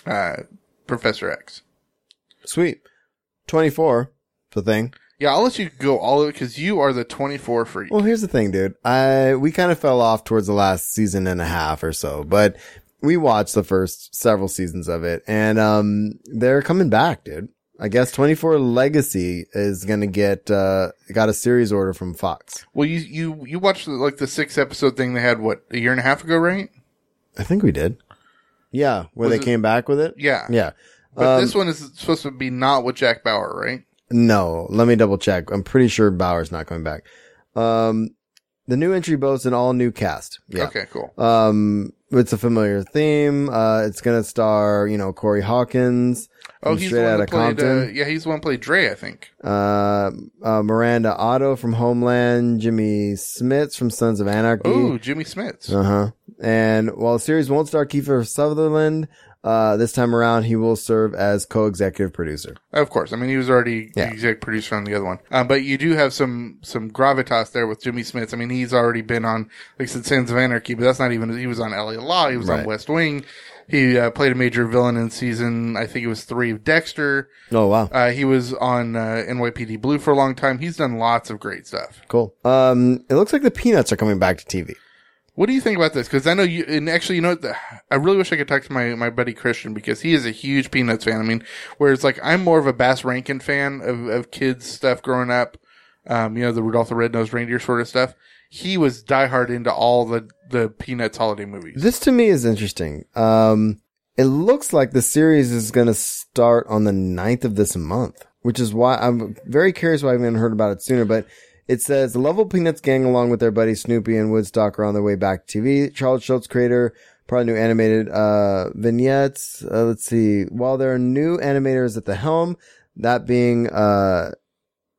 uh, Professor X. Sweet. Twenty four, the thing. Yeah, I'll let you go all of it because you are the twenty four freak. Well, here's the thing, dude. I we kind of fell off towards the last season and a half or so, but we watched the first several seasons of it, and um, they're coming back, dude. I guess 24 Legacy is gonna get uh got a series order from Fox. Well, you you you watched the, like the six episode thing they had what a year and a half ago, right? I think we did. Yeah, where Was they it- came back with it. Yeah. Yeah. But Um, this one is supposed to be not with Jack Bauer, right? No, let me double check. I'm pretty sure Bauer's not coming back. Um, the new entry boasts an all new cast. Yeah. Okay, cool. Um, it's a familiar theme. Uh, it's gonna star, you know, Corey Hawkins. Oh, from he's the Straight one Outta that played. Uh, Compton. yeah, he's the one who played Dre, I think. Uh, uh, Miranda Otto from Homeland. Jimmy Smits from Sons of Anarchy. Oh, Jimmy Smits. Uh huh. And while the series won't star Kiefer Sutherland, uh, this time around he will serve as co-executive producer. Of course. I mean, he was already Yeah. exec producer on the other one. Uh, but you do have some some gravitas there with Jimmy Smits. I mean, he's already been on, like I said, Sins of Anarchy, but that's not even. He was on LA Law. He was on Right. West Wing. He uh, played a major villain in season, I think it was three of Dexter. Oh wow. Uh, he was on uh, NYPD Blue for a long time. He's done lots of great stuff. Cool. Um, it looks like the Peanuts are coming back to TV. What do you think about this? Because I know you, and actually, you know, what the, I really wish I could talk to my, my buddy Christian because he is a huge Peanuts fan. I mean, whereas like I'm more of a Bass Rankin fan of, of kids stuff growing up, um, you know, the Rudolph the Red-Nosed Reindeer sort of stuff. He was diehard into all the, the Peanuts holiday movies. This to me is interesting. Um, it looks like the series is going to start on the 9th of this month, which is why I'm very curious why I haven't heard about it sooner. But it says the Level Peanuts gang, along with their buddy Snoopy and Woodstock, are on their way back to TV. Charles Schultz, creator, probably new animated uh, vignettes. Uh, let's see. While there are new animators at the helm, that being, uh,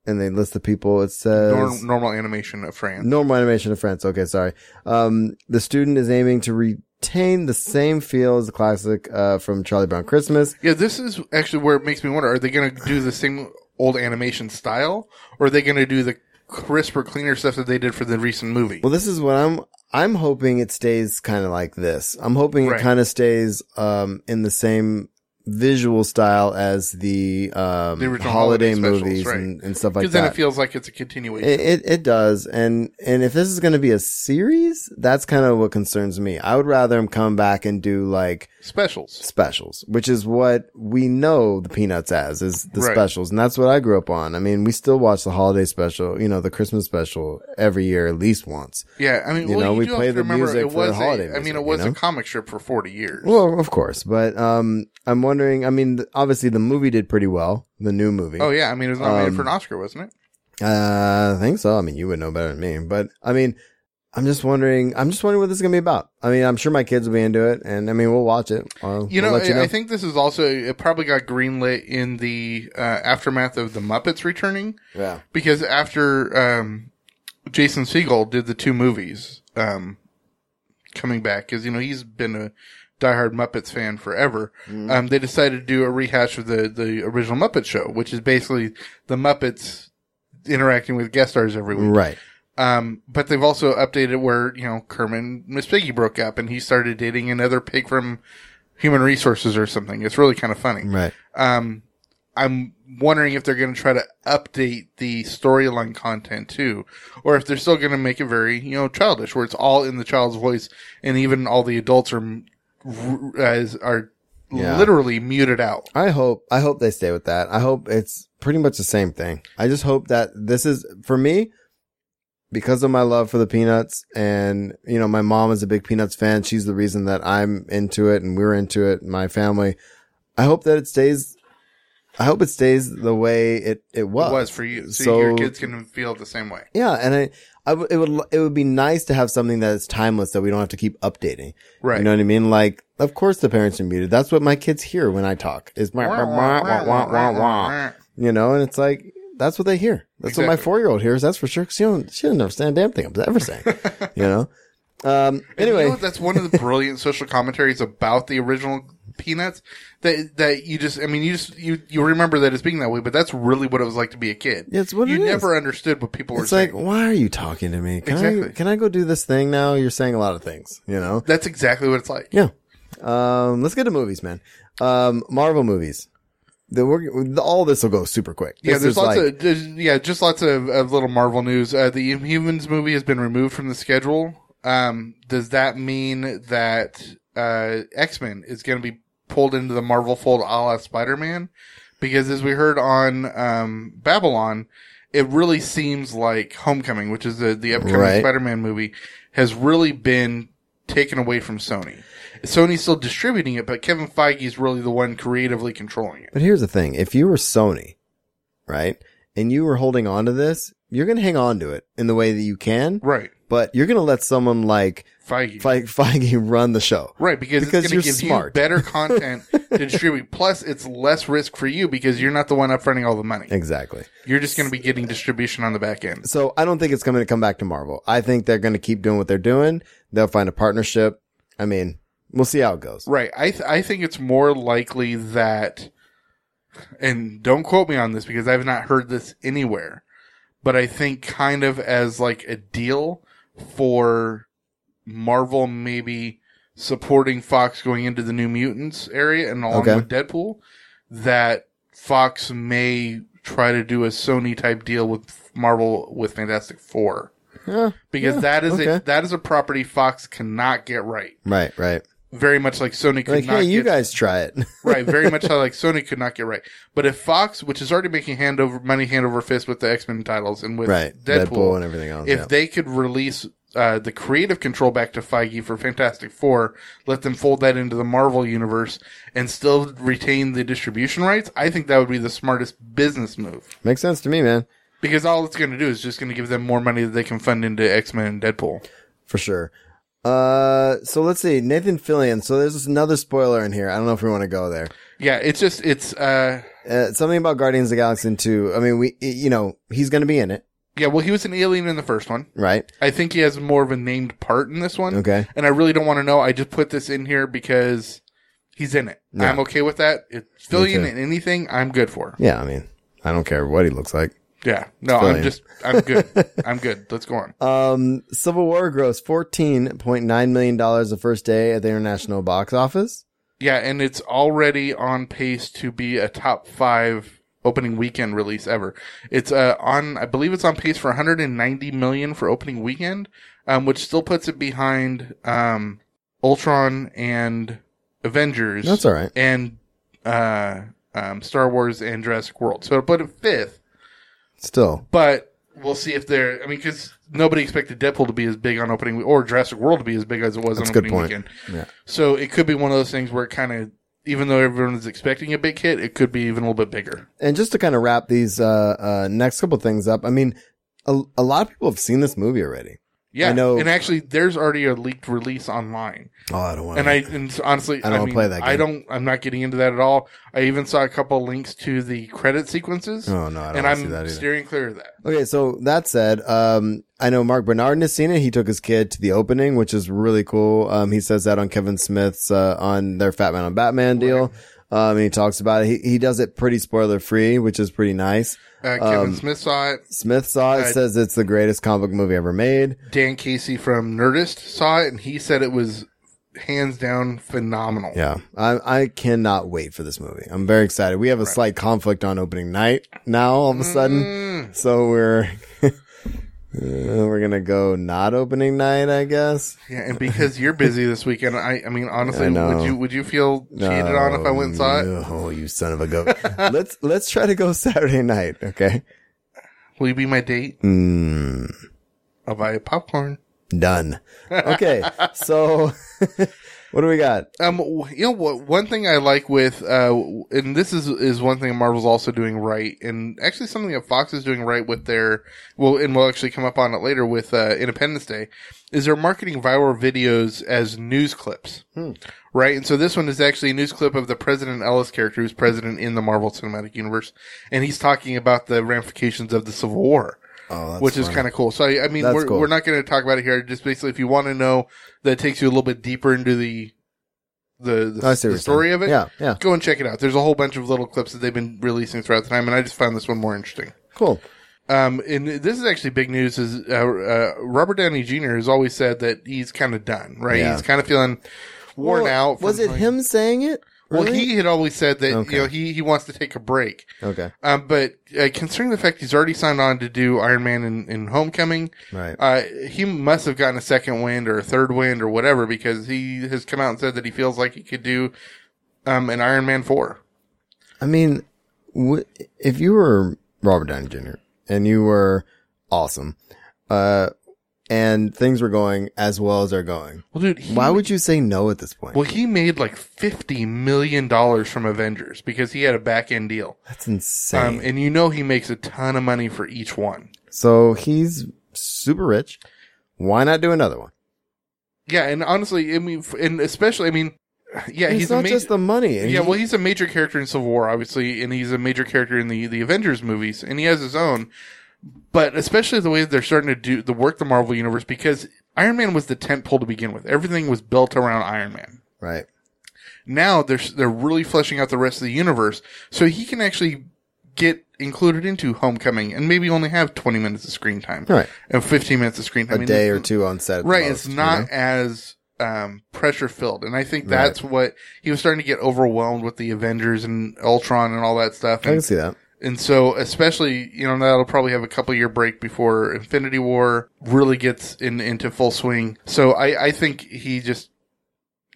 and they list the people. It says Nor, normal animation of France. Normal animation of France. Okay, sorry. Um, the student is aiming to retain the same feel as the classic uh, from Charlie Brown Christmas. Yeah, this is actually where it makes me wonder: Are they going to do the same old animation style, or are they going to do the crisper, cleaner stuff that they did for the recent movie? Well, this is what I'm. I'm hoping it stays kind of like this. I'm hoping Right. it kind of stays um, in the same visual style as the, um, The original holiday, holiday specials, movies right. and, and stuff like Because that. then it feels like it's a continuation. It, it it does, and and if this is going to be a series, that's kind of what concerns me. I would rather him come back and do like Specials. specials, which is what we know the Peanuts as is the Right. specials, and that's what I grew up on. I mean, we still watch the holiday special, you know, the Christmas special every year at least once. Yeah, I mean, You well, know, you we do have play to the remember music it for the was. holiday a, I mean, music, it was you know? a comic strip for forty years. Well, of course, but um, I'm wondering. I mean, th- obviously the movie did pretty well, the new movie. oh yeah, I mean, it was nominated Um, for an Oscar, wasn't it? Uh, I think so. I mean, you would know better than me, but I mean, I'm just wondering. I'm just wondering what this is gonna be about. I mean, I'm sure my kids will be into it, and I mean, we'll watch it. I'll- You we'll know, let I, I think this is also it probably got greenlit in the uh, aftermath of the Muppets returning yeah, because after um, Jason Segel did the two movies um, coming back because you know he's been a diehard Muppets fan forever. Um, they decided to do a rehash of the the original Muppet Show, which is basically the Muppets interacting with guest stars every week. right. Um, but they've also updated where, you know, Kermit and Miss Piggy broke up and he started dating another pig from human resources or something. It's really kind of funny. Right. Um, I'm wondering if they're going to try to update the storyline content too, or if they're still going to make it very, you know, childish, where it's all in the child's voice and even all the adults are, m- r- as are Yeah. literally muted out. I hope I hope they stay with that. I hope it's pretty much the same thing. I just hope that this is for me because of my love for the peanuts and you know my mom is a big peanuts fan. She's the reason that I'm into it and we're into it, my family. I hope that it stays I hope it stays the way it it was. It was for you. So, So- your kids can feel the same way. Yeah, and I, I w- it would it would be nice to have something that is timeless that we don't have to keep updating. Right. You know what I mean? Like, of course the parents are muted. That's what my kids hear when I talk. Is wah, wah, wah, wah, wah, wah, wah. you know, and it's like that's what they hear. That's what my Exactly. four year old hears. That's for sure. 'cause She don't she doesn't understand a damn thing I'm ever saying. you know. Um. And you know Anyway. what? that's one of the brilliant social commentaries about the original Peanuts. That that you just, I mean, you just you you remember that as being that way, but that's really what it was like to be a kid. Yeah, it's what you it is. never understood what people were it's like, saying. why are you talking to me? Can I Exactly. can I go do this thing now? You're saying a lot of things, you know. That's exactly what it's like. Yeah. Um, let's get to movies, man. Um, Marvel movies. The, we're, all this will go super quick. Yeah, This there's is lots like- of there's, yeah, just lots of, of little Marvel news. Uh, the Humans movie has been removed from the schedule. Um, does that mean that uh, X Men is going to be pulled into the Marvel fold, a la Spider Man? Because as we heard on um, Babylon, it really seems like Homecoming, which is the the upcoming Right. Spider Man movie, has really been taken away from Sony. Sony's still distributing it, but Kevin Feige is really the one creatively controlling it. But here's the thing. If you were Sony, right, and you were holding on to this, you're going to hang on to it in the way that you can, Right, but you're going to let someone like, Feige. like Feige run the show. Right, because, Because it's you're going to give smart. you better content to distribute. Plus, it's less risk for you because you're not the one upfronting all the money. Exactly. You're just going to be getting distribution on the back end. So I don't think it's going to come back to Marvel. I think they're going to keep doing what they're doing. They'll find a partnership. I mean, we'll see how it goes. Right. I th- I think it's more likely that, and don't quote me on this because I've not heard this anywhere, but I think kind of as like a deal for Marvel maybe supporting Fox going into the New Mutants area and along Okay. with Deadpool, that Fox may try to do a Sony type deal with Marvel with Fantastic Four Yeah. because that is a okay. that is a property Fox cannot get right. Right, right. Very much like Sony could Like, not hey, you get guys try it. right very much how like sony could not get right but if fox which is already making hand over money hand over fist with the x-men titles and with right. deadpool, and everything else. if yeah. they could release uh, the creative control back to feige for fantastic four let them fold that into the marvel universe and still retain the distribution rights i think that would be the smartest business move Makes sense to me, man. because all it's going to do is just going to give them more money that they can fund into x-men and deadpool For sure. Uh, so let's see. Nathan Fillion. So there's another spoiler in here. I don't know if we want to go there. yeah it's just it's uh Uh, something about Guardians of the Galaxy 2. I mean, we, you know, he's going to be in it, yeah well he was an alien in the first one right? I think he has more of a named part in this one. Okay. And I really don't want to know. I just put this in here because he's in it. Yeah. I'm okay with that. It's too. Fillion and anything, I'm good for. Yeah. I mean, I don't care what he looks like. Yeah. No, Fillion. I'm just, I'm good. I'm good. Let's go on. Um, Civil War grossed $14.9 million the first day at the international box office. yeah. And it's already on pace to be a top five opening weekend release ever. It's uh, on, I believe it's on pace for 190 million for opening weekend, um, which still puts it behind, um, Ultron and Avengers. That's all right. and uh, um, Star Wars and Jurassic World. So, but a fifth. Still. But we'll see if they're. I mean, because nobody expected Deadpool to be as big on opening week- or Jurassic World to be as big as it was That's a on good opening point. weekend. Yeah. So it could be one of those things where it kind of even though everyone is expecting a big hit, it could be even a little bit bigger. And just to kind of wrap these uh, uh, next couple things up, I mean, a, a lot of people have seen this movie already. Yeah, I know- And actually, there's already a leaked release online. Oh, I don't want. And I and honestly, I I don't don't wanna mean, play that game. I don't. I'm not getting into that at all. I even saw a couple links to the credit sequences. Oh no, I don't and wanna see I'm that either. steering clear of that. Okay, so that said, um, I know Mark Bernard has seen it. He took his kid to the opening, which is really cool. Um, he says that on Kevin Smith's uh, on their Fat Man on Batman deal. Um, and he talks about it. He he does it pretty spoiler free, which is pretty nice. Uh, Kevin Um, Smith saw it. Smith saw it. I- says it's the greatest comic book movie ever made. Dan Casey from Nerdist saw it, and he said it was hands down phenomenal. Yeah, I I cannot wait for this movie. I'm very excited. We have a slight conflict on opening night now. All of a sudden, so we're. uh, We're gonna go not opening night, I guess. Yeah, and because you're busy this weekend, I, I mean, honestly, I know. would you would you feel cheated on if I went and saw it? Oh, you son of a goat. let's let's try to go Saturday night, okay? Will you be my date? Mm, I'll buy you popcorn. done. Okay, so what do we got? Um, w- you know what? One thing I like with, uh, w- and this is is one thing Marvel's also doing right, and actually something that Fox is doing right with their, well, and we'll actually come up on it later with uh, Independence Day, is they're marketing viral videos as news clips, right? And so this one is actually a news clip of the President Ellis character, who's president in the Marvel Cinematic Universe, and he's talking about the ramifications of the Civil War. Oh, that's which is kind of cool. So I, I mean, That's we're cool. we're not going to talk about it here. Just basically, if you want to know, that takes you a little bit deeper into the the the, I see what the you're story saying. of it. Yeah, yeah. Go and check it out. There's a whole bunch of little clips that they've been releasing throughout the time, and I just found this one more interesting. cool. Um, and this is actually big news. Is uh, uh, Robert Downey Jr. has always said that he's kind of done, right? Yeah. He's kind of feeling worn Well, out. from Was it playing- him saying it? Well, Really? he had always said that Okay. you know he he wants to take a break. okay. Um, but uh, considering the fact he's already signed on to do Iron Man in, in Homecoming, Right. uh, he must have gotten a second wind or a third wind or whatever because he has come out and said that he feels like he could do um, an Iron Man 4. I mean, w- if you were Robert Downey Jr. and you were awesome, uh, and things were going as well as they're going, Well, dude, he, why would you say no at this point? well, he made like $50 million from Avengers because he had a back end deal. That's insane. Um, and you know he makes a ton of money for each one. so he's super rich. Why not do another one? Yeah, and honestly, I mean, f- and especially, I mean, yeah, it's he's not amazing. just the money. Yeah, well, he's a major character in Civil War, obviously, and he's a major character in the the Avengers movies, and he has his own. But especially the way that they're starting to do the work the Marvel universe, because Iron Man was the tent pole to begin with. Everything was built around Iron Man. right. Now they're they're really fleshing out the rest of the universe, so he can actually get included into Homecoming and maybe only have twenty minutes of screen time, Right. And fifteen minutes of screen time, A I mean, day or two on set. at the right most, it's not you know? as um, pressure filled and i think Right. that's what he was starting to get overwhelmed with the avengers and ultron and all that stuff I can and, see that. and so especially you know that'll probably have a couple year break before infinity war really gets in into full swing so i i think he just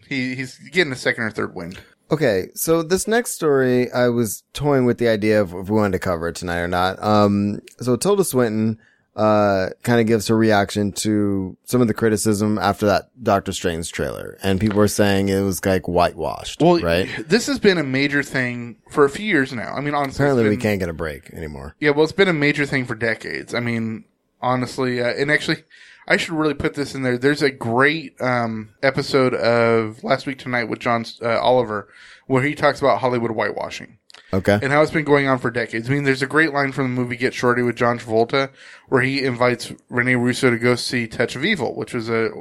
he, he's getting a second or third wind. Okay, so this next story, I was toying with the idea of if we wanted to cover it tonight or not. Um, so Tilda Swinton, uh, kind of gives her reaction to some of the criticism after that Doctor Strange trailer, and people were saying it was like whitewashed. Well, right? this has been a major thing for a few years now. I mean, honestly, it's Apparently, we been- can't get a break anymore. Yeah, well, it's been a major thing for decades. I mean, honestly, uh, and actually, I should really put this in there. There's a great um, episode of Last Week Tonight with John uh, Oliver where he talks about Hollywood whitewashing Okay, and how it's been going on for decades. I mean, there's a great line from the movie Get Shorty with John Travolta where he invites Rene Russo to go see Touch of Evil, which was a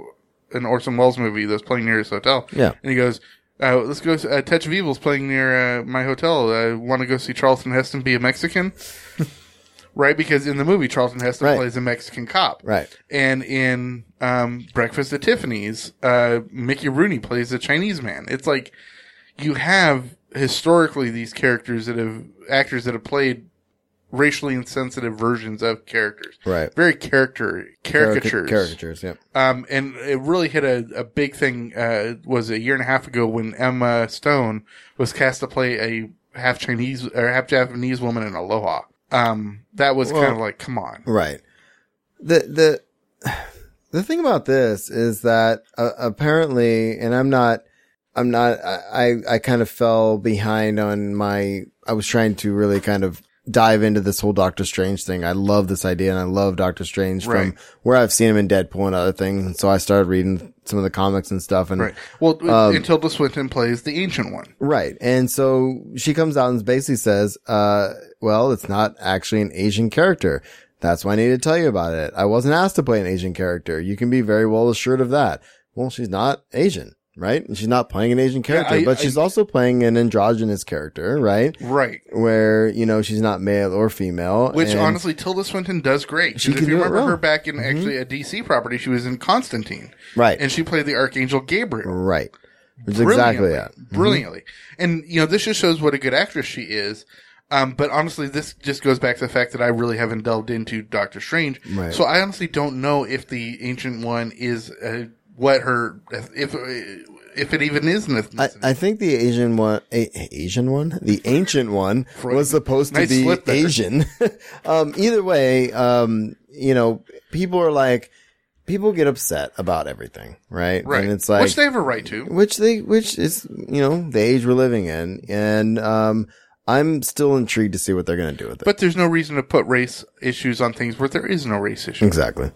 an Orson Welles movie that was playing near his hotel. Yeah. And he goes, uh, let's go. Uh, Touch of Evil's playing near uh, my hotel. I want to go see Charlton Heston be a Mexican. right? Because in the movie, Charlton Heston Right. plays a Mexican cop. Right. And in um, Breakfast at Tiffany's, uh, Mickey Rooney plays a Chinese man. It's like you have historically these characters that have actors that have played racially insensitive versions of characters. Right. Very character caricatures. caricatures. Yep. Um, and it really hit a, a big thing uh, was a year and a half ago when Emma Stone was cast to play a half Chinese or half Japanese woman in Aloha. Um, that was kind of like, come on. Right. The the the thing about this is that uh, apparently, and I'm not. I'm not, I, I I kind of fell behind on my, I was trying to really kind of dive into this whole Doctor Strange thing. I love this idea and I love Doctor Strange Right. from where I've seen him in Deadpool and other things. And so I started reading some of the comics and stuff and Right. Well, Um, until Tilda Swinton plays the ancient one. Right. And so she comes out and basically says, uh, well, it's not actually an Asian character. That's why I need to tell you about it. I wasn't asked to play an Asian character. You can be very well assured of that. Well, she's not Asian, right? And she's not playing an Asian character, I- but she's also playing an androgynous character, right? Right. Where, you know, she's not male or female. Which and- honestly, Tilda Swinton does great. 'Cause She if can do you it remember well. Mm-hmm. her back in actually a DC property, she was in Constantine. Right. And she played the Archangel Gabriel. right. Which is exactly Mm-hmm. brilliantly, that. Brilliantly. And, you know, this just shows what a good actress she is. Um, but honestly, this just goes back to the fact that I really haven't delved into Doctor Strange. Right. So I honestly don't know if the Ancient One is uh, what her, if if it even is an I, ethnicity. I think the Asian one, a, Asian one, the ancient one was supposed to Nice be flip there. Asian. um, either way, um, you know, people are like, people get upset about everything, right? right. And it's like, Which they have a right to. which they which is you know the age we're living in, and um, I'm still intrigued to see what they're gonna do with it. But there's no reason to put race issues on things where there is no race issue. exactly.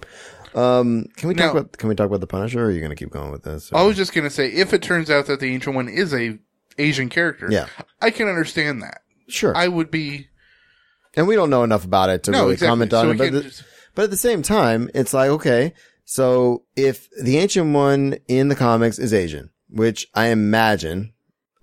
Um, can we talk Now- Oh, about can we talk about the Punisher? Or are you gonna keep going with this? I was just gonna say, if it turns out that the ancient one is a Asian character, Yeah. I can understand that. sure. I would be and we don't know enough about it to No, really exactly. comment on So it. But, again, the- just- but at the same time, it's like okay, so if the ancient one in the comics is Asian, which I imagine,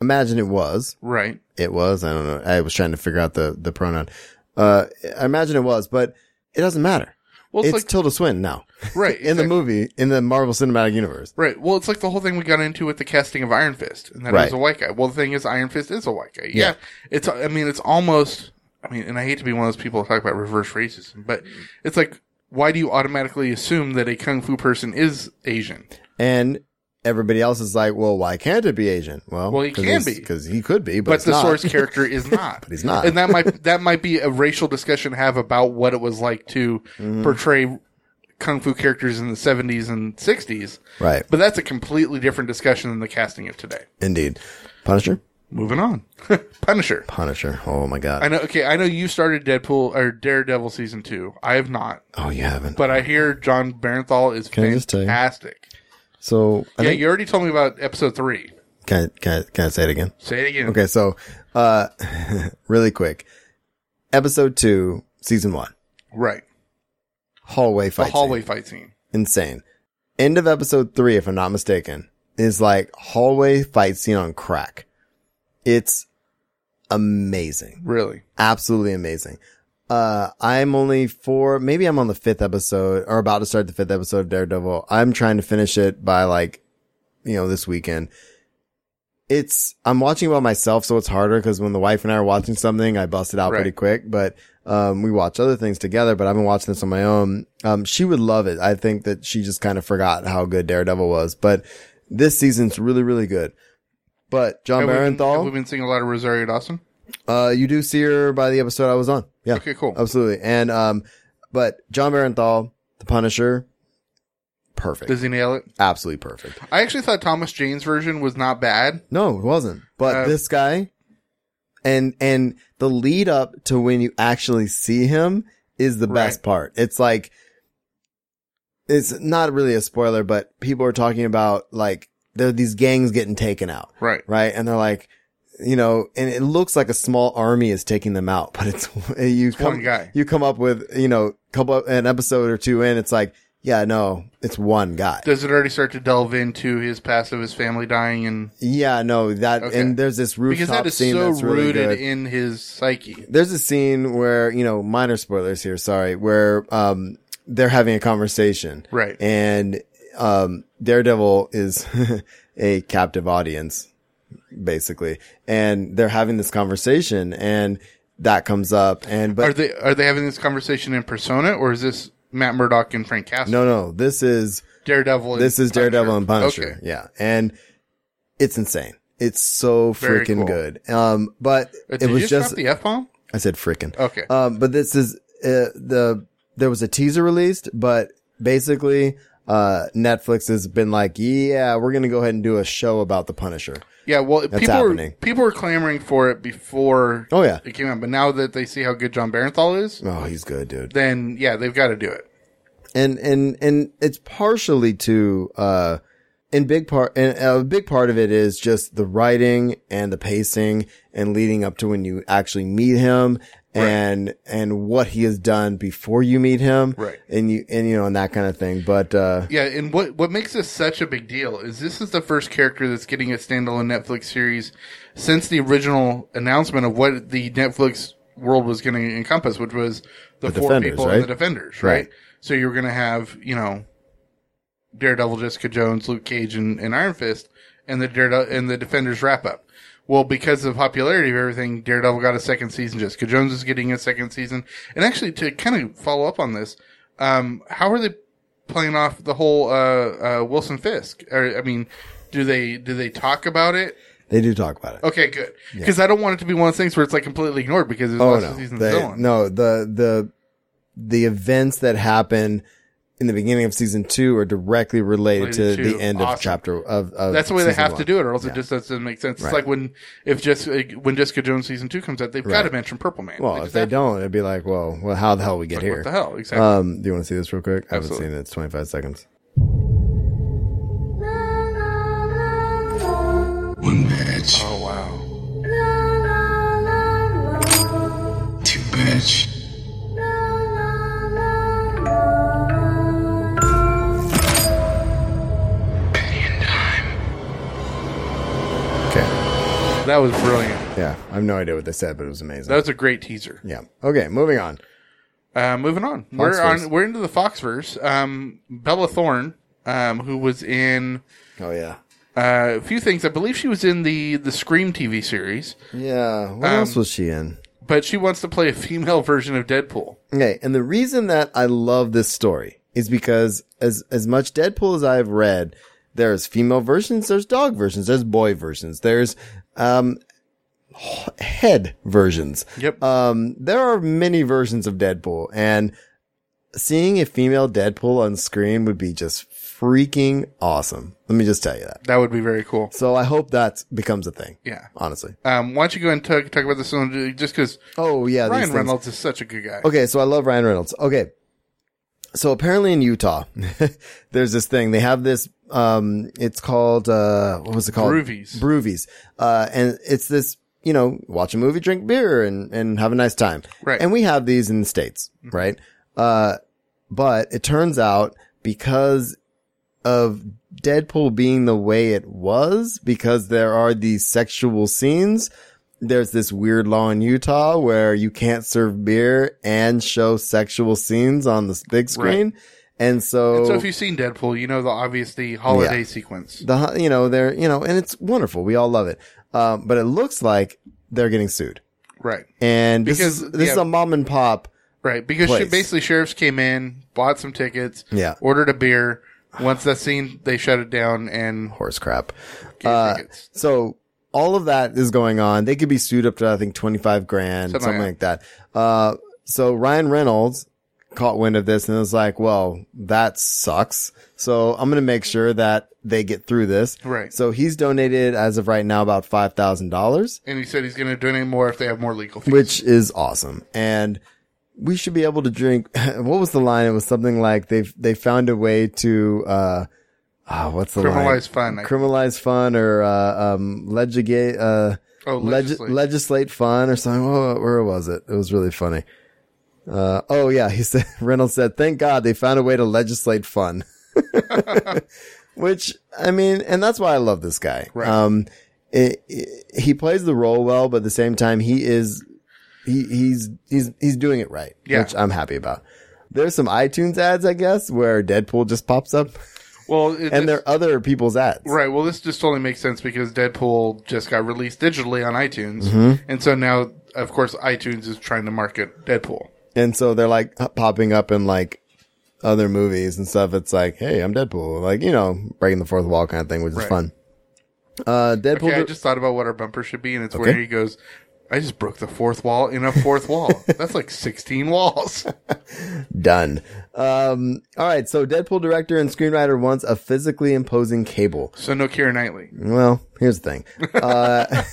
imagine it was, right. it was. I don't know. I was trying to figure out the the pronoun. Uh, I imagine it was, but it doesn't matter. Well, it's it's, Tilda Swinton now like right in the exactly. movie in the Marvel Cinematic Universe. Right. Well, it's like the whole thing we got into with the casting of Iron Fist, and that Right. he was a white guy. Well, the thing is, Iron Fist is a white guy. Yeah. Yeah. It's. I mean, it's almost. I mean, and I hate to be one of those people who talk about reverse racism, but it's like, why do you automatically assume that a kung fu person is Asian? And everybody else is like, well, why can't it be Asian? Well, Well, he can be. because he could be, but, but it's the not. source character is not. but he's not. and that might that might be a racial discussion to have about what it was like to Mm-hmm. portray kung fu characters in the seventies and sixties. right? But that's a completely different discussion than the casting of today. Indeed, Punisher, Moving on, Punisher. Punisher. Oh my God! I know. Okay, I know you started Deadpool or Daredevil season two. I have not, oh, you haven't. but I hear John Barenthal is I just tell you? fantastic. So I Yeah, think, you already told me about episode three. can, I, can, I, can I say it again? Say it again. Okay, so uh, really quick, episode two, season one, Right. hallway The fight, hallway scene. fight scene. insane. End of episode three, if I'm not mistaken, is like hallway fight scene on crack. It's amazing, Really. absolutely amazing. Uh, I'm only four, maybe I'm on the fifth episode or about to start the fifth episode of Daredevil. I'm trying to finish it by like, you know, this weekend. it's I'm watching by myself, so it's harder because when the wife and I are watching something, I bust it out Right. pretty quick. But um, we watch other things together. But I've been watching this on my own. Um, she would love it. I think that she just kind of forgot how good Daredevil was. But this season's really, really good. But John Have we been- Barenthal, have we been seeing a lot of Rosario Dawson? uh, you do see her by the episode I was on. Yeah. Okay, cool. Absolutely. And um, but John Barenthal, the Punisher, perfect, Does he nail it? absolutely perfect. I actually thought Thomas Jane's version was not bad. No, it wasn't. But Uh, this guy and and the lead up to when you actually see him is the best Right. part. It's like it's not really a spoiler, but people are talking about like there are these gangs getting taken out. Right. Right? And they're like you know, and it looks like a small army is taking them out, but it's you come one guy. you come up with you know couple an episode or two in, it's like yeah, no, it's one guy. Does it already start to delve into his past of his family dying and Yeah, no, that Okay. and there's this rooftop because that is scene so that's really rooted good. in his psyche. there's a scene where you know minor spoilers here sorry where um they're having a conversation Right. and um daredevil is a captive audience basically and they're having this conversation and that comes up and but Are they are they having this conversation in persona or is this Matt Murdock and Frank Castle? no no this is Daredevil. and this is Daredevil and Punisher. Okay. Yeah. And it's insane. It's so Very freaking cool. good. Um, but Uh, it Did was you just, drop the F bomb? I said freaking. Okay. Um, but this is uh, the there was a teaser released, but basically uh, Netflix has been like, yeah, we're going to go ahead and do a show about the Punisher. Yeah, well, people were, happening. people were clamoring for it before Oh, yeah. it came out, but now that they see how good John Barenthal is, Oh, he's good, dude. then yeah, they've got to do it. and and and it's partially to uh in big part and uh, a big part of it is just the writing and the pacing and leading up to when you actually meet him and and what he has done before you meet him Right. and you and you know and that kind of thing but uh Yeah, and what what makes this such a big deal is this is the first character that's getting a standalone Netflix series since the original announcement of what the Netflix world was going to encompass, which was the, The four Defenders, people right? and the Defenders, right? Right. So you were going to have you know Daredevil, Jessica Jones, Luke Cage, and, and Iron Fist, and the Daredevil and the Defenders wrap up. Well, because of popularity of everything, Daredevil got a second season. Jessica Jones is getting a second season, and actually to kind of follow up on this, um, how are they playing off the whole uh, uh, Wilson Fisk? Or, I mean, do they do they talk about it? they do talk about it Okay, good. Because I don't want it to be one of those things where it's like completely ignored because there's oh lots no of seasons They- going. no the the the events that happen in the beginning of season two are directly related to Related to- the end of awesome. chapter of, of That's the way they season have to one. do it, or else it just doesn't make sense. It's like when if Jessica when Jessica Jones season two comes out, they've got to mention Purple Man. Well, if they don't, it'd be like, well, well, how the hell we get Like, here? what the hell? Exactly. Um, do you want to see this real quick? I Absolutely. haven't seen it. It's 25 seconds. One batch, oh wow. two batch, Okay. That was brilliant. Yeah. I have no idea what they said, but it was amazing. That was a great teaser. yeah. Okay. Moving on. Uh, moving on, we're Foxverse. on. We're into the Foxverse. Um, Bella Thorne, um, who was in Oh, yeah. uh, a few things. I believe she was in the the Scream TV series, Yeah. Um, What else was she in? but she wants to play a female version of Deadpool. Okay. And the reason that I love this story is because as, as much Deadpool as I've read, there's female versions, there's dog versions, there's boy versions, there's, um, head versions. Yep. Um, there are many versions of Deadpool and seeing a female Deadpool on screen would be just freaking awesome. Let me just tell you that. that would be very cool. So I hope that becomes a thing. Yeah. Honestly. Um, why don't you go and talk, talk about this one just because Oh yeah. these Ryan things. Reynolds is such a good guy. Okay. So I love Ryan Reynolds. Okay. So apparently in Utah, there's this thing. They have this, um, it's called, uh, what was it called? Broovies. Broovies. Uh, and it's this, you know, watch a movie, drink beer and, and have a nice time. Right. And we have these in the States, right? Uh, but it turns out because of Deadpool being the way it was, because there are these sexual scenes, there's this weird law in Utah where you can't serve beer and show sexual scenes on the big screen. And so, So if you've seen Deadpool, you know the obvious the holiday sequence. the, hu- you know, they're, you know, and it's wonderful. We all love it. Um, but it looks like they're getting sued. Right. And this is, Because, this is yeah. a mom and pop. Right. Because she, Place. basically sheriffs came in, bought some tickets, Yeah. ordered a beer. Once that's seen, they shut it down and Horse crap. gave Uh, tickets. So all of that is going on. They could be sued up to, I think, 25 grand, Something something, like like that. Uh, so Ryan Reynolds caught wind of this and was like, well, that sucks. So I'm going to make sure that they get through this. Right. So he's donated as of right now about $5,000, And he said he's going to donate more if they have more legal fees. which is awesome. And we should be able to drink. what was the line? It was something like they've, they found a way to, uh, ah, what's the line? criminalized fun. I- criminalize fun or uh, um, legislate uh, Oh, legis- legislate. legislate fun or something. Whoa, where was it? It was really funny. Uh, oh yeah, he said Reynolds said, "Thank God they found a way to legislate fun," which I mean, and that's why I love this guy. Right. Um, it, it- he plays the role well, but at the same time, he is he he's he's he's doing it right, Yeah. which I'm happy about. There's some iTunes ads, I guess, where Deadpool just pops up, well, it, and it's- they're other people's ads. Right. Well, this just totally makes sense because Deadpool just got released digitally on iTunes, Mm-hmm. and so now, of course, iTunes is trying to market Deadpool. And so they're like popping up in like other movies and stuff. It's like, hey, I'm Deadpool. Like, you know, breaking the fourth wall kind of thing, which Right. is fun. Uh, Deadpool. Okay, I just thought about what our bumper should be, and it's where Okay. he goes, I just broke the fourth wall in a fourth wall. That's like 16 walls. Done. Um, all right. So Deadpool director and screenwriter wants a physically imposing cable. So no Kira Knightley. Well, here's the thing. Uh,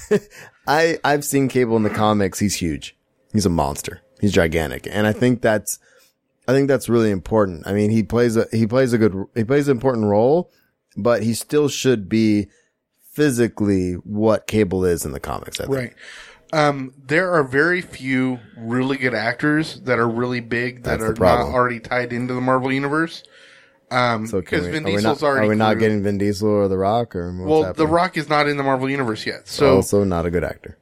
I I've seen Cable in the comics. He's huge. He's a monster. He's gigantic, and I think that's I think that's really important. I mean, he plays a he plays a good he plays an important role, but he still should be physically what Cable is in the comics. I think. Right. Um, there are very few really good actors that are really big That's that the are not problem. already tied into the Marvel universe. Um, So can because we- Vin are we Diesel's not, already are we not crewed. getting Vin Diesel or The Rock or what's Well, happening? Oh. The Rock is not in the Marvel universe yet. So, also not a good actor.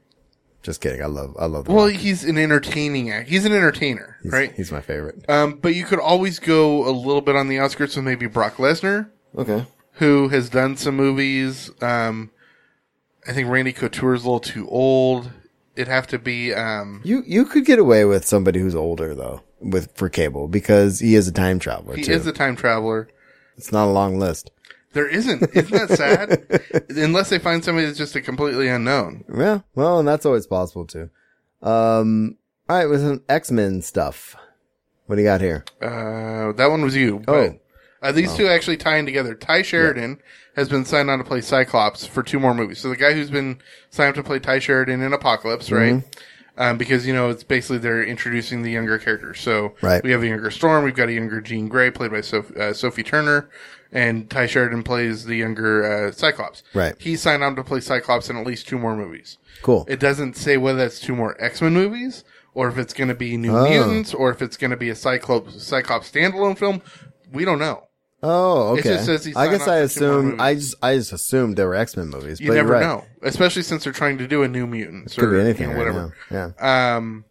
Just kidding. I love I love. The well, Rock. he's an entertaining act. He's an entertainer, He's- right? He's my favorite. um, but you could always go a little bit on the outskirts with maybe Brock Lesnar, Okay. who has done some movies. Um, I think Randy Couture's a little too old. It'd have to be um, You you could get away with somebody who's older though with for Cable because he is a time traveler he too. is a time traveler. it's not a long list. There isn't. Isn't that sad? Unless they find somebody that's just a completely unknown. Yeah. Well, and that's always possible too. Um. All right, with some X Men stuff. What do you got here? Uh, that one was you. But, Oh. Uh, these two actually tying together. Ty Sheridan has been signed on to play Cyclops for two more movies. So the guy who's been signed up to play Ty Sheridan in Apocalypse, Mm-hmm. right? Um, because you know it's basically they're introducing the younger characters. So Right. we have a younger Storm, we've got a younger Jean Grey played by Soph- uh, Sophie Turner, and Ty Sheridan plays the younger uh, Cyclops. Right. He signed on to play Cyclops in at least two more movies. Cool. It doesn't say whether that's two more X Men movies or if it's going to be New Oh. Mutants or if it's going to be a Cyclops Cyclops standalone film. We don't know. oh, okay. It just says he's I guess signed I on for two more assume movies. I just I just assumed there were X Men movies. You but never you're right. know, especially since they're trying to do a New Mutants Could or be anything anything. you know, right whatever. now. Yeah. Um,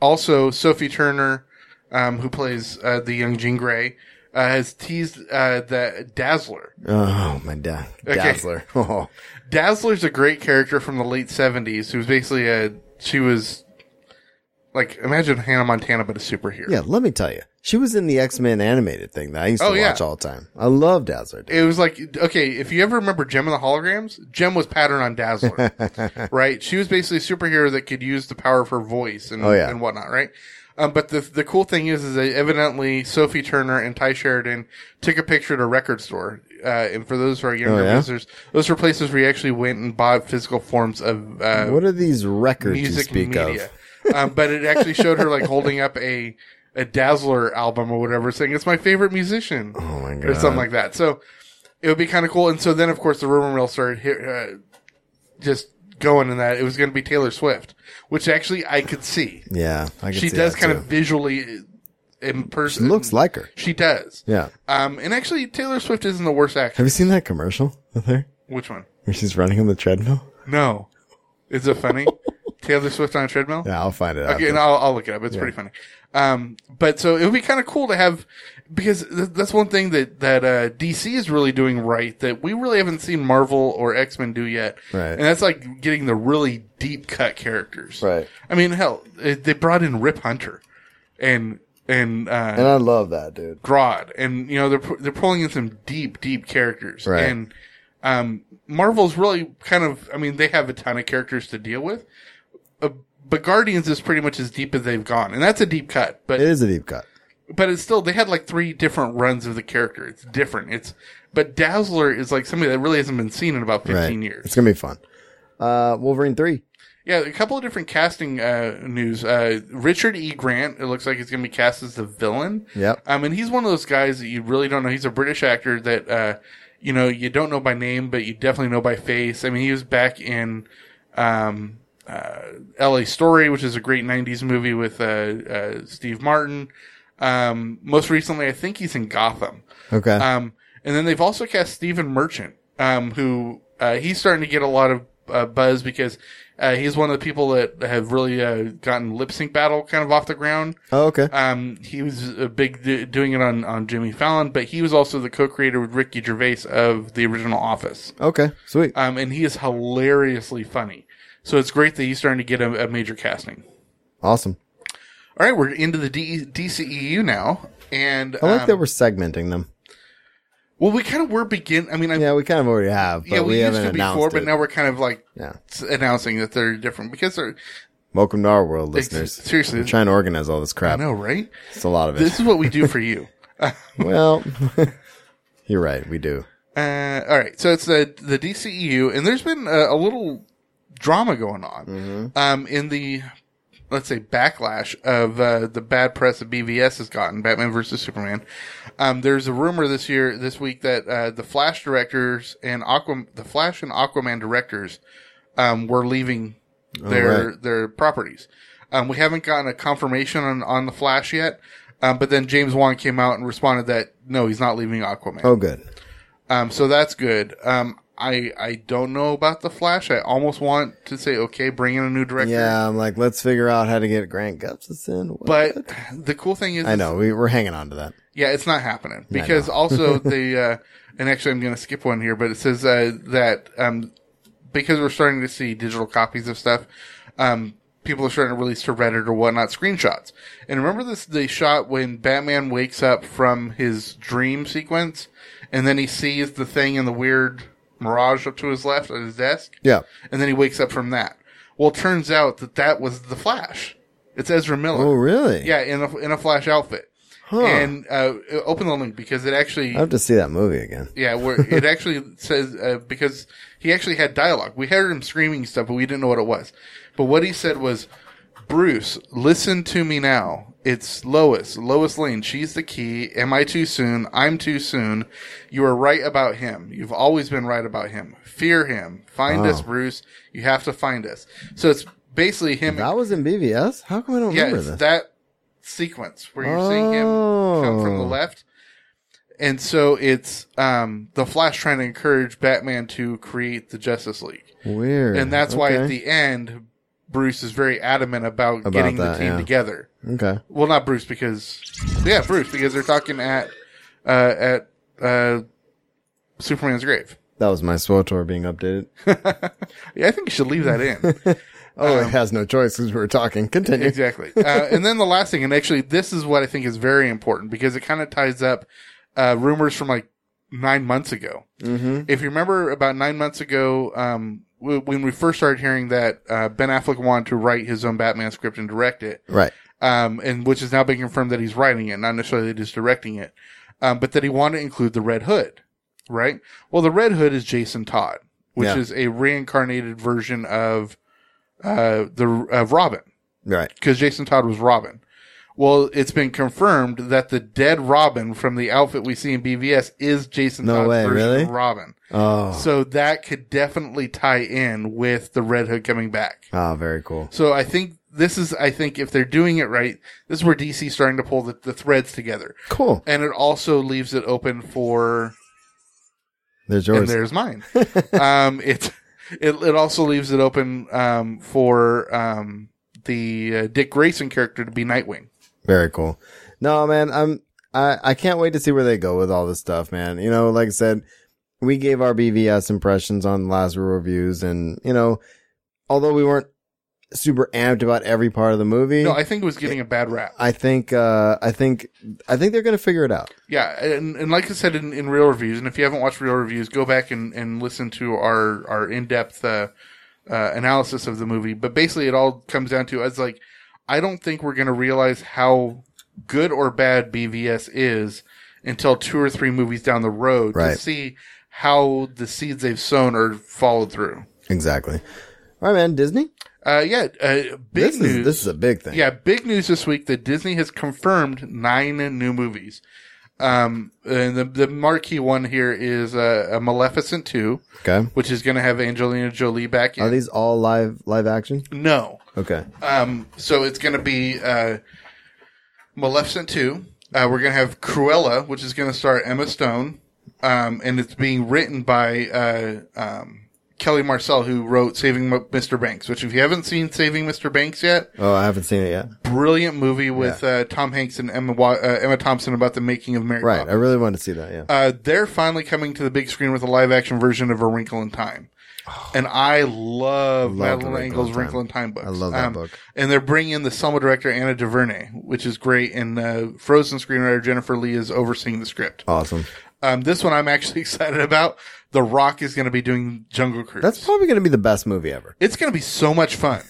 also, Sophie Turner, um, who plays uh, the young Jean Grey, uh, has teased uh, that Dazzler. Oh my da- Dazzler. Oh, Dazzler's a great character from the late seventies, who was basically a she was like imagine Hannah Montana but a superhero. yeah. Let me tell you, she was in the X Men animated thing that I used to Oh, yeah. watch all the time. I love Dazzler. dude. it was like okay, if you ever remember Gem and the Holograms, Gem was patterned on Dazzler, right? She was basically a superhero that could use the power of her voice and Oh, yeah. and whatnot, right? Um, but the the cool thing is, is that evidently Sophie Turner and Ty Sheridan took a picture at a record store. Uh, and for those who are younger Oh, yeah? visitors, those were places where you actually went and bought physical forms of uh, What are these records you music speak media. of? um, but it actually showed her like holding up a a Dazzler album or whatever, saying it's my favorite musician, oh my or God. something like that. So it would be kind of cool. And so then, of course, the rumor mill started hit, uh, just going in that it was going to be Taylor Swift, which actually I could see. Yeah, I can She see does that, kind too. of visually uh, in person. looks like her. she does. Yeah. Um, and actually, Taylor Swift isn't the worst Have actor. you seen that commercial with her Which one? where she's running on the treadmill? No. Is it funny? Taylor Swift on a treadmill? Yeah, I'll find it out. Okay, and I'll, I'll look it up. It's pretty funny. Um, but so it would be kind of cool to have because th- that's one thing that that uh, DC is really doing right that we really haven't seen Marvel or X Men do yet. Right. and that's like getting the really deep cut characters. Right. I mean, hell, eh, they brought in Rip Hunter, and and uh, And I love that, dude. Grodd, and you know they're pu- they're pulling in some deep, deep characters, Right. and um, Marvel's really kind of, I mean, they have a ton of characters to deal with, uh, but Guardians is pretty much as deep as they've gone, and that's a deep cut, but It is a deep cut. but it's still they had like three different runs of the character. It's different. It's but Dazzler is like somebody that really hasn't been seen in about Right. fifteen years. It's gonna be fun. Uh, Wolverine three. Yeah, a couple of different casting uh, news. Uh, Richard E. Grant, it looks like he's going to be cast as the villain. Yep. Um, and he's one of those guys that you really don't know. He's a British actor that, uh, you know, you don't know by name, but you definitely know by face. I mean, he was back in um, uh, L.A. Story, which is a great 90s movie with uh, uh, Steve Martin. Um, most recently, I think he's in Gotham. Okay. Um, and then they've also cast Stephen Merchant, um, who uh, he's starting to get a lot of uh, buzz because uh, he's one of the people that have really uh, gotten lip sync battle kind of off the ground. oh, okay. Um, he was a big d- doing it on, on Jimmy Fallon, but he was also the co-creator with Ricky Gervais of the original Office. okay. Sweet. Um, and he is hilariously funny. So it's great that he's starting to get a, a major casting. awesome. All right, we're into the E, D- DCEU now. And I like um, that we're segmenting them. Well, we kind of were begin. I mean, I, Yeah, we kind of already have, but yeah, we, we used haven't to announced before, but it. now we're kind of like Yeah. s- announcing that they're different because they're. Welcome to our world, Ex- listeners. seriously. We're trying to organize all this I crap. know, right? It's a lot of it. This is what we do for you. well, you're right. We do. Uh, all right, so it's the the DCEU, and there's been a, a little drama going on um, in the let's say backlash of uh, the bad press that BVS has gotten Batman versus Superman. Um, there's a rumor this year, this week, that uh, the Flash directors and Aqua, the Flash and Aquaman directors um, were leaving their right. their properties. Um, we haven't gotten a confirmation on, on the Flash yet, um, but then James Wan came out and responded that no, he's not leaving Aquaman. Oh, good. Um, so that's good. Um, I I don't know about the Flash. I almost want to say okay, bring in a new director. Yeah, I'm like, let's figure out how to get Grant Gustafson. What? But the cool thing is, I know we, we're hanging on to that. yeah, it's not happening because also the uh, and actually I'm going to skip one here, but it says uh, that um, because we're starting to see digital copies of stuff, um, people are starting to release to Reddit or whatnot screenshots. And remember this the shot when Batman wakes up from his dream sequence, and then he sees the thing in the weird mirage up to his left at his desk. Yeah. and then he wakes up from that. Well, it turns out that that was the Flash. It's Ezra Miller. Oh, really? Yeah, in a in a Flash outfit. And uh, open the link because it actually, I have to see that movie again. yeah, where it actually says uh, because he actually had dialogue. We heard him screaming stuff, but we didn't know what it was. But what he said was, "Bruce, listen to me now. It's Lois, Lois Lane. She's the key. Am I too soon? I'm too soon. You are right about him. You've always been right about him. Fear him. Find us, Bruce. You have to find us." So it's basically him That was in BVS. How come I don't yeah, remember it's this? that sequence where you're seeing him come from the Oh. left. And so it's um, the Flash trying to encourage Batman to create the Justice League. Weird. And that's why at Okay. the end, Bruce is very adamant about, About getting the that, team yeah. together. okay. Well, not Bruce, because. Yeah, Bruce, because they're talking at uh, at uh, Superman's grave. That was my Swotor being updated. Yeah, I think you should leave that in. Oh, it has no choice because we were talking. Continue. Um, exactly. Uh, and then the last thing, and actually, this is what I think is very important because it kind of ties up uh, rumors from like nine months ago. Mm-hmm. If you remember, about nine months ago, um, w- when we first started hearing that uh, Ben Affleck wanted to write his own Batman script and direct it, Right. um, and which is now being confirmed that he's writing it, not necessarily just directing it, um, but that he wanted to include the Red Hood, right? Well, the Red Hood is Jason Todd, which Yeah. is a reincarnated version of uh, the of Robin Right. because Jason Todd was Robin. Well, it's been confirmed that the dead Robin from the outfit we see in BVS is Jason No Todd's way, version really? of Robin. Oh. So that could definitely tie in with the Red Hood coming back. Oh, very cool. So I think this is, I think if they're doing it right, this is where DC's starting to pull the, the threads together. Cool. And it also leaves it open for, There's and yours. there's mine. um, it's, it, it also leaves it open, um, for, um, the uh, Dick Grayson character to be Nightwing. Very cool. No, man, I'm I I can't wait to see where they go with all this stuff, man. You know, like I said, we gave our BVS impressions on the last reviews, and you know, although we weren't super amped about every part of the movie, No, I, I think it was getting a bad rap. think uh I think I think they're gonna figure it out. Yeah, and, and like I said in, in real reviews, and if you haven't watched real reviews, go back and, and listen to our our in depth uh, uh, analysis of the movie. But basically, it all comes down to it's like I don't think we're gonna realize how good or bad BVS is until two or three movies down the road to Right. see how the seeds they've sown are followed through. Exactly. All right, man. Disney. Uh, yeah, uh, big This news. is this is a big thing. Yeah, big news this week that Disney has confirmed nine new movies. Um, and the, the marquee one here is uh, a Maleficent 2, Okay. which is going to have Angelina Jolie back in. Are these all live live action? no. Okay. Um, so it's going to be uh, Maleficent 2. Uh, we're going to have Cruella, which is going to star Emma Stone. Um, and it's being written by uh, um, Kelly Marcel, who wrote Saving M- Mr. Banks, which if you haven't seen Saving Mr. Banks yet, Oh, I haven't seen it yet. brilliant movie with uh, Tom Hanks and Emma Wa- uh, Emma Thompson about the making of Mary Right. I Poppins. really want to see that. Yeah. Uh, they're finally coming to the big screen with a live action version of A Wrinkle in Time. And I love Madeline Oh. Wrinkle in Engel's Time. Wrinkle in Time books. Um, I love that book. And they're bringing in the Selma director Anna DuVernay, which is great. And uh, Frozen screenwriter Jennifer Lee is overseeing the script. awesome. Um, this one I'm actually excited about. The Rock is going to be doing Jungle Cruise. That's probably going to be the best movie ever. it's going to be so much fun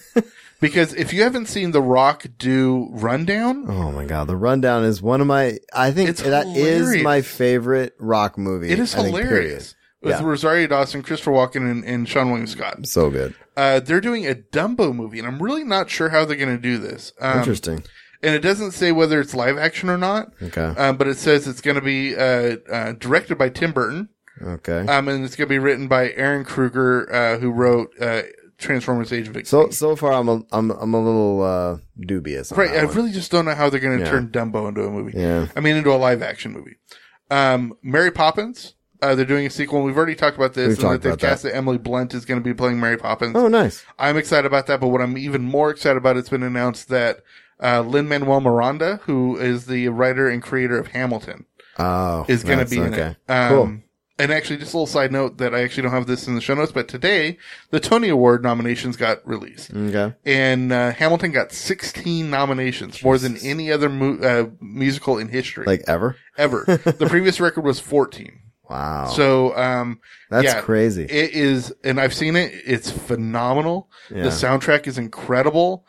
because if you haven't seen The Rock do Rundown, Oh my god, the rundown is one of my. I think It's that is hilarious. my favorite rock movie. it is I think, period. hilarious. With Yeah. Rosario Dawson, Christopher Walken, and, and Sean William Scott. So good, Uh, they're doing a Dumbo movie, and I'm really not sure how they're going to do this. Um, interesting. And it doesn't say whether it's live action or not, Okay, um, but it says it's going to be uh, uh, directed by Tim Burton, okay. um, and it's going to be written by Aaron Kruger, uh, who wrote uh, Transformers: Age of so Extinction. so far, I'm a, I'm I'm a little uh, dubious. On right, uh, that I one. really just don't know how they're going to Yeah. turn Dumbo into a movie. Yeah. I mean, into a live action movie. Um, Mary Poppins. Uh, they're doing a sequel. and We've already talked about this. We've and talked that they've about that. cast that Emily Blunt is going to be playing Mary Poppins. Oh, nice. I'm excited about that, but what I'm even more excited about, it's been announced that uh, Lin Manuel Miranda, who is the writer and creator of Hamilton, Oh, is going to that's- be in okay. it. Um, cool. And actually, just a little side note that I actually don't have this in the show notes, but today the Tony Award nominations got released, Okay. and uh, Hamilton got 16 nominations, more than any other mu- uh, musical in history Like ever. ever. the previous record was 14. Wow. So, um, That's yeah, crazy. It is, and I've seen it. It's phenomenal. Yeah. The soundtrack is incredible.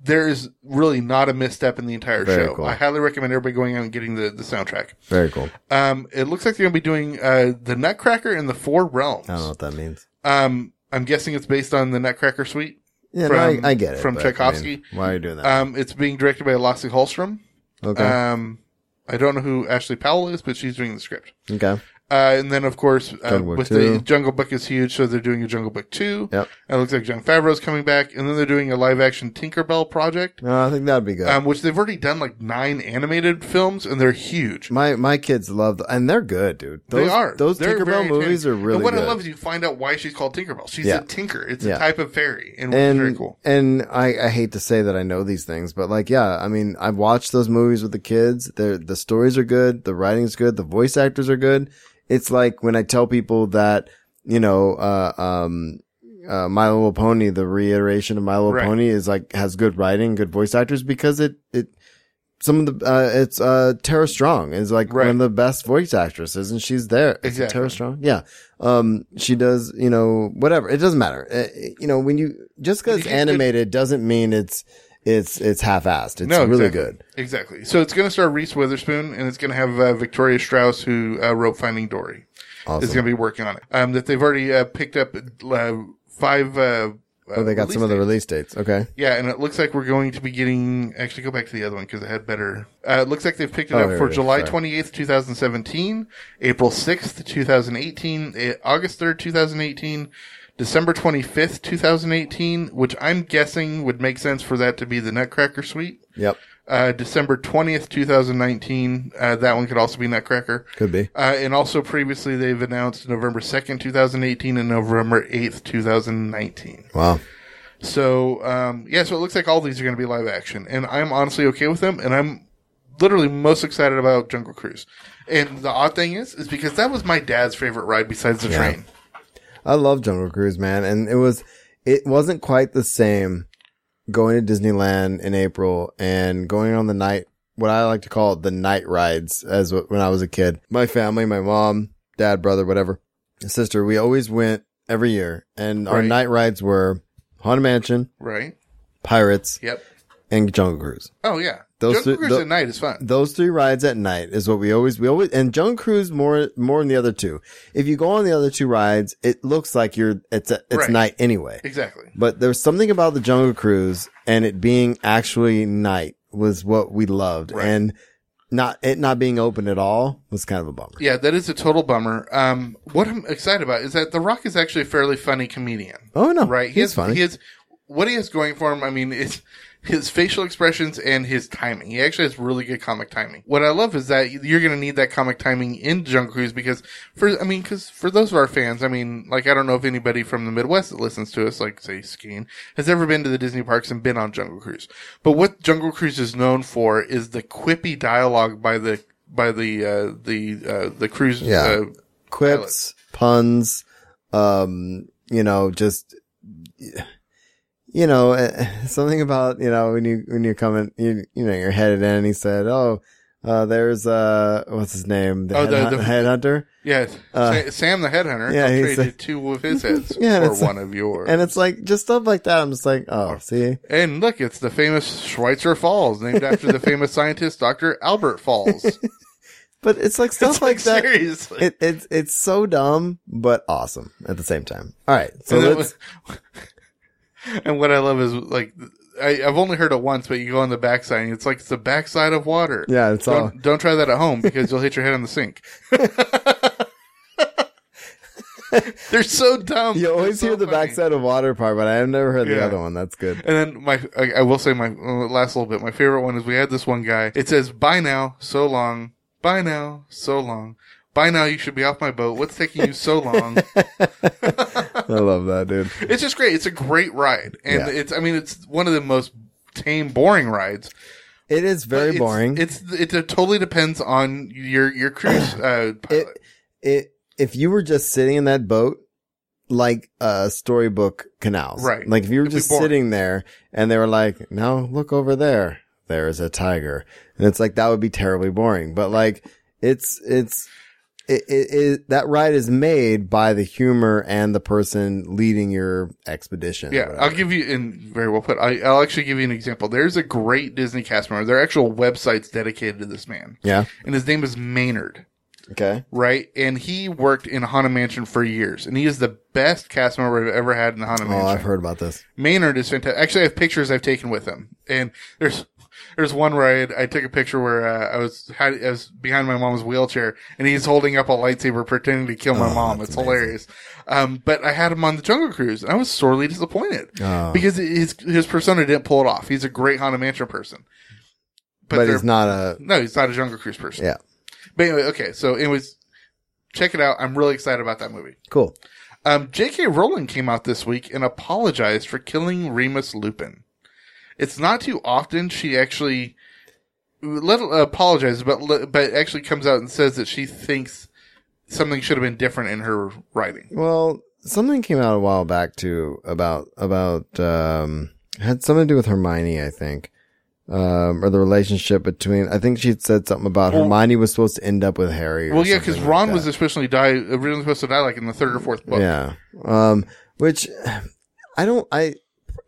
There is really not a misstep in the entire Very show. cool. I highly recommend everybody going out and getting the, the soundtrack. Very cool. Um, it looks like they're going to be doing uh, the Nutcracker and the Four Realms. I don't know what that means. Um, I'm guessing it's based on the Nutcracker Suite. Yeah, From- no, I, I get it. from but, I mean, Tchaikovsky. why are you doing that? Um, it's being directed by Lasse Hallström. okay. Um, I don't know who Ashley Powell is, but she's doing the script. okay. Uh, and then, of course, uh, Jungle Book with the 2. Jungle Book is huge, so they're doing a Jungle Book 2. Yep. And it looks like John Favreau's coming back. And then they're doing a live action Tinkerbell project, No, I think that'd be good. um, which they've already done like nine animated films, and they're huge. my my kids love, the, and they're good, dude. Those, they are. Those They're very Tinkerbell movies entertaining. are really And what good. I love is you find out why she's called Tinkerbell. She's Yeah. a tinker, it's Yeah. a type of fairy, and, it's and very cool. and I, I hate to say that I know these things, but like yeah, I mean I've watched those movies with the kids. They're, the stories are good, the writing's good, the voice actors are good. It's like when I tell people that you know, uh, um, uh, My Little Pony, the reiteration of My Little Right. Pony is like has good writing, good voice actors because it it some of the uh, it's uh Tara Strong is like Right. one of the best voice actresses, and she's there. Is it Exactly. Tara Strong, yeah. Um, she does, you know, whatever. It doesn't matter. Uh, you know, when you just because you it's get good- animated doesn't mean it's it's it's half-assed. It's really exactly. good. Exactly. So it's going to star Reese Witherspoon, and it's going to have uh, Victoria Strauss, who uh, wrote Finding Dory, is Awesome. going to be working on it. Um, that they've already uh, picked up uh, five. Uh, Oh, they got some of the dates. release dates. Okay, Yeah, and it looks like we're going to be getting. Actually, go back to the other one because I had better. Uh, it looks like they've picked it Oh, up here for it is, July sorry. twenty eighth, two thousand seventeen, April sixth, two thousand eighteen, eh, August third, two thousand eighteen, December twenty fifth, two thousand eighteen, which I'm guessing would make sense for that to be the Nutcracker Suite. yep, Uh, December twentieth, two thousand nineteen. Uh, that one could also be Nutcracker. could be. Uh, and also previously they've announced November second, two thousand eighteen, and November eighth, two thousand nineteen. Wow, So um, yeah, so it looks like all these are going to be live action, and I'm honestly okay with them. And I'm literally most excited about Jungle Cruise. And the odd thing is, is because that was my dad's favorite ride besides the train. I love Jungle Cruise, man, and it was it wasn't quite the same going to Disneyland in April and going on the night what I like to call the night rides as wh- when I was a kid. My family, my mom, dad, brother, whatever, sister, we always went every year, and our Right. night rides were Haunted Mansion, Right? Pirates, Yep. and Jungle Cruise. Oh yeah. Those Jungle two- Cruise tho- at night is fun. Those three rides at night is what we always we always and Jungle Cruise more more than the other two. If you go on the other two rides, it looks like you're it's a, it's Right. night anyway. exactly. But there's something about the Jungle Cruise and it being actually night was what we loved, Right. and not it not being open at all was kind of a bummer. Yeah, that is a total bummer. Um, what I'm excited about is that The Rock is actually a fairly funny comedian. Oh no, right? He's has- funny. He has what he has going for him. I mean, is his facial expressions and his timing. He actually has really good comic timing. What I love is that you're going to need that comic timing in Jungle Cruise because for I mean, because for those of our fans, I mean, like I don't know if anybody from the Midwest that listens to us, like say Skeen, has ever been to the Disney parks and been on Jungle Cruise. But what Jungle Cruise is known for is the quippy dialogue by the by the uh, the uh, the cruise Yeah. uh, Quips, puns, um, you know, just you eh, know, eh, something about you know when you when you're coming, you you know, you're headed in, and he said, "Oh, Uh, there's uh, what's his name? The, Oh, the- headhu- the- headhunter. Yes, Sa- Sam the Headhunter Uh, yeah, he traded said- two of his heads Yeah, for that's- one of yours. And it's like just stuff like that. I'm just like, oh, see, And look, it's the famous Schweitzer Falls, named after the famous scientist Dr. Albert Falls. but it's like stuff like, that. Seriously. It, it's it's so dumb but awesome at the same time. All right, so and, then let's what- and what I love is like I, I've only heard it once, but you go on the backside and it's like it's the backside of water. yeah, it's all Don't, don't try that at home because you'll hit your head on the sink. They're so dumb. You always They're hear so the funny. backside of water part, but I have never heard the Yeah. other one. That's good. And then my, I, I will say my uh, last little bit. My favorite one is we had this one guy. It says, "Bye now, so long. Bye now, so long. Bye now, you should be off my boat. What's taking you so long?" I love that, dude. it's just great. It's a great ride, and Yeah. it's. I mean, it's one of the most tame, boring rides. It is very It's- boring. It's it, totally depends on your your cruise uh, it, pilot. it, if you were just sitting in that boat, like uh, storybook canals, Right. Like if you were It'd be just boring. sitting there and they were like, "Now look over there, there is a tiger," and it's like that would be terribly boring. But like, it's it's. It, it, it, that ride is made by the humor and the person leading your expedition. or Yeah, whatever. I'll give you in very well put. I, I'll actually give you an example. There's a great Disney cast member. There are actual websites dedicated to this man, yeah. and his name is Maynard. Okay. right? And he worked in Haunted Mansion for years, and he is the best cast member I've ever had in the Haunted Oh, Mansion. I've heard about this. Maynard is fantastic. Actually, I have pictures I've taken with him, and there's there's one where I, had- I took a picture where uh, I was had, I was behind my mom's wheelchair, and he's holding up a lightsaber pretending to kill Oh, my mom. It's hilarious. Um, but I had him on the Jungle Cruise, and I was sorely disappointed Oh. because his his persona didn't pull it off. He's a great Haunted Mansion person, But, they're- he's not a. no, he's not a Jungle Cruise person. Yeah. But anyway, okay. So, anyways, check it out. I'm really excited about that movie. Cool. Um, J.K. Rowling came out this week and apologized for killing Remus Lupin. It's not too often she actually let apologizes, but le- but actually comes out and says that she thinks something should have been different in her writing. Well, something came out a while back too about about um had something to do with Hermione, I think. Um, or the relationship between, I think she had said something about Well- Hermione was supposed to end up with Harry. Or Well, yeah, because something Ron like was that. especially die originally supposed to die like in the third or fourth book. yeah. Um, which I don't, I,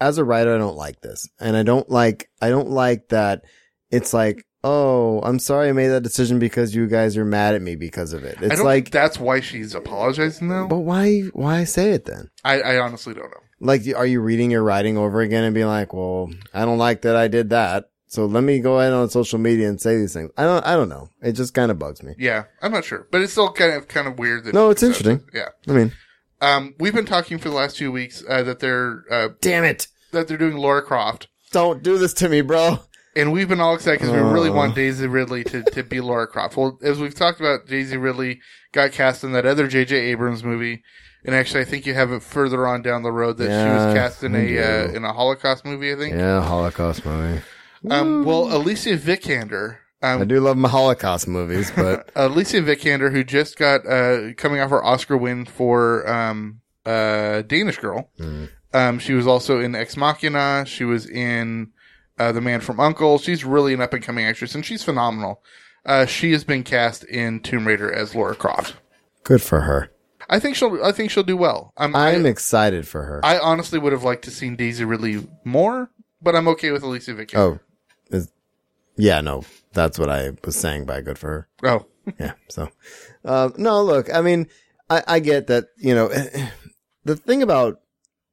as a writer, I don't like this. And I don't like, I don't like that it's like, oh, I'm sorry I made that decision because you guys are mad at me because of it. I It's don't like, think that's why she's apologizing though. but why, why say it then? I, I honestly don't know. like are you reading your writing over again and being like well i don't like that i did that so let me go ahead on social media and say these things i don't i don't know it just kind of bugs me Yeah, I'm not sure, but it's still kind of kind of weird. That No, she it's says it. interesting. Yeah. i mean Um, we've been talking for the last few weeks uh, that they're uh, damn it that they're doing Laura Croft, don't do this to me bro and we've been all excited because we really Oh. want Daisy Ridley to, to be Laura Croft. Well, as we've talked about, Daisy Ridley got cast in that other J.J. Abrams movie, and actually, I think you have it further on down the road that she Yeah, was cast in I a uh, do. in a Holocaust movie. I think. yeah holocaust movie Um, well, Alicia Vikander. i Um, do love my holocaust movies but Alicia uh, Vikander, who just got uh, coming off her Oscar win for um, uh, Danish Girl. Um, she was also in Ex Machina. She was in uh, The Man from Uncle. She's really an up and coming actress, and she's phenomenal. Uh, she has been cast in Tomb Raider as Laura Croft. good for her I think she'll. I think she'll do well. Um, i'm I, excited for her I honestly would have liked to seen Daisy Ridley more, but I'm okay with Alicia Vikander. oh is, yeah no that's what i was saying by good for her Oh, yeah. So, um, no, look, I mean, I, I get that, you know, the thing about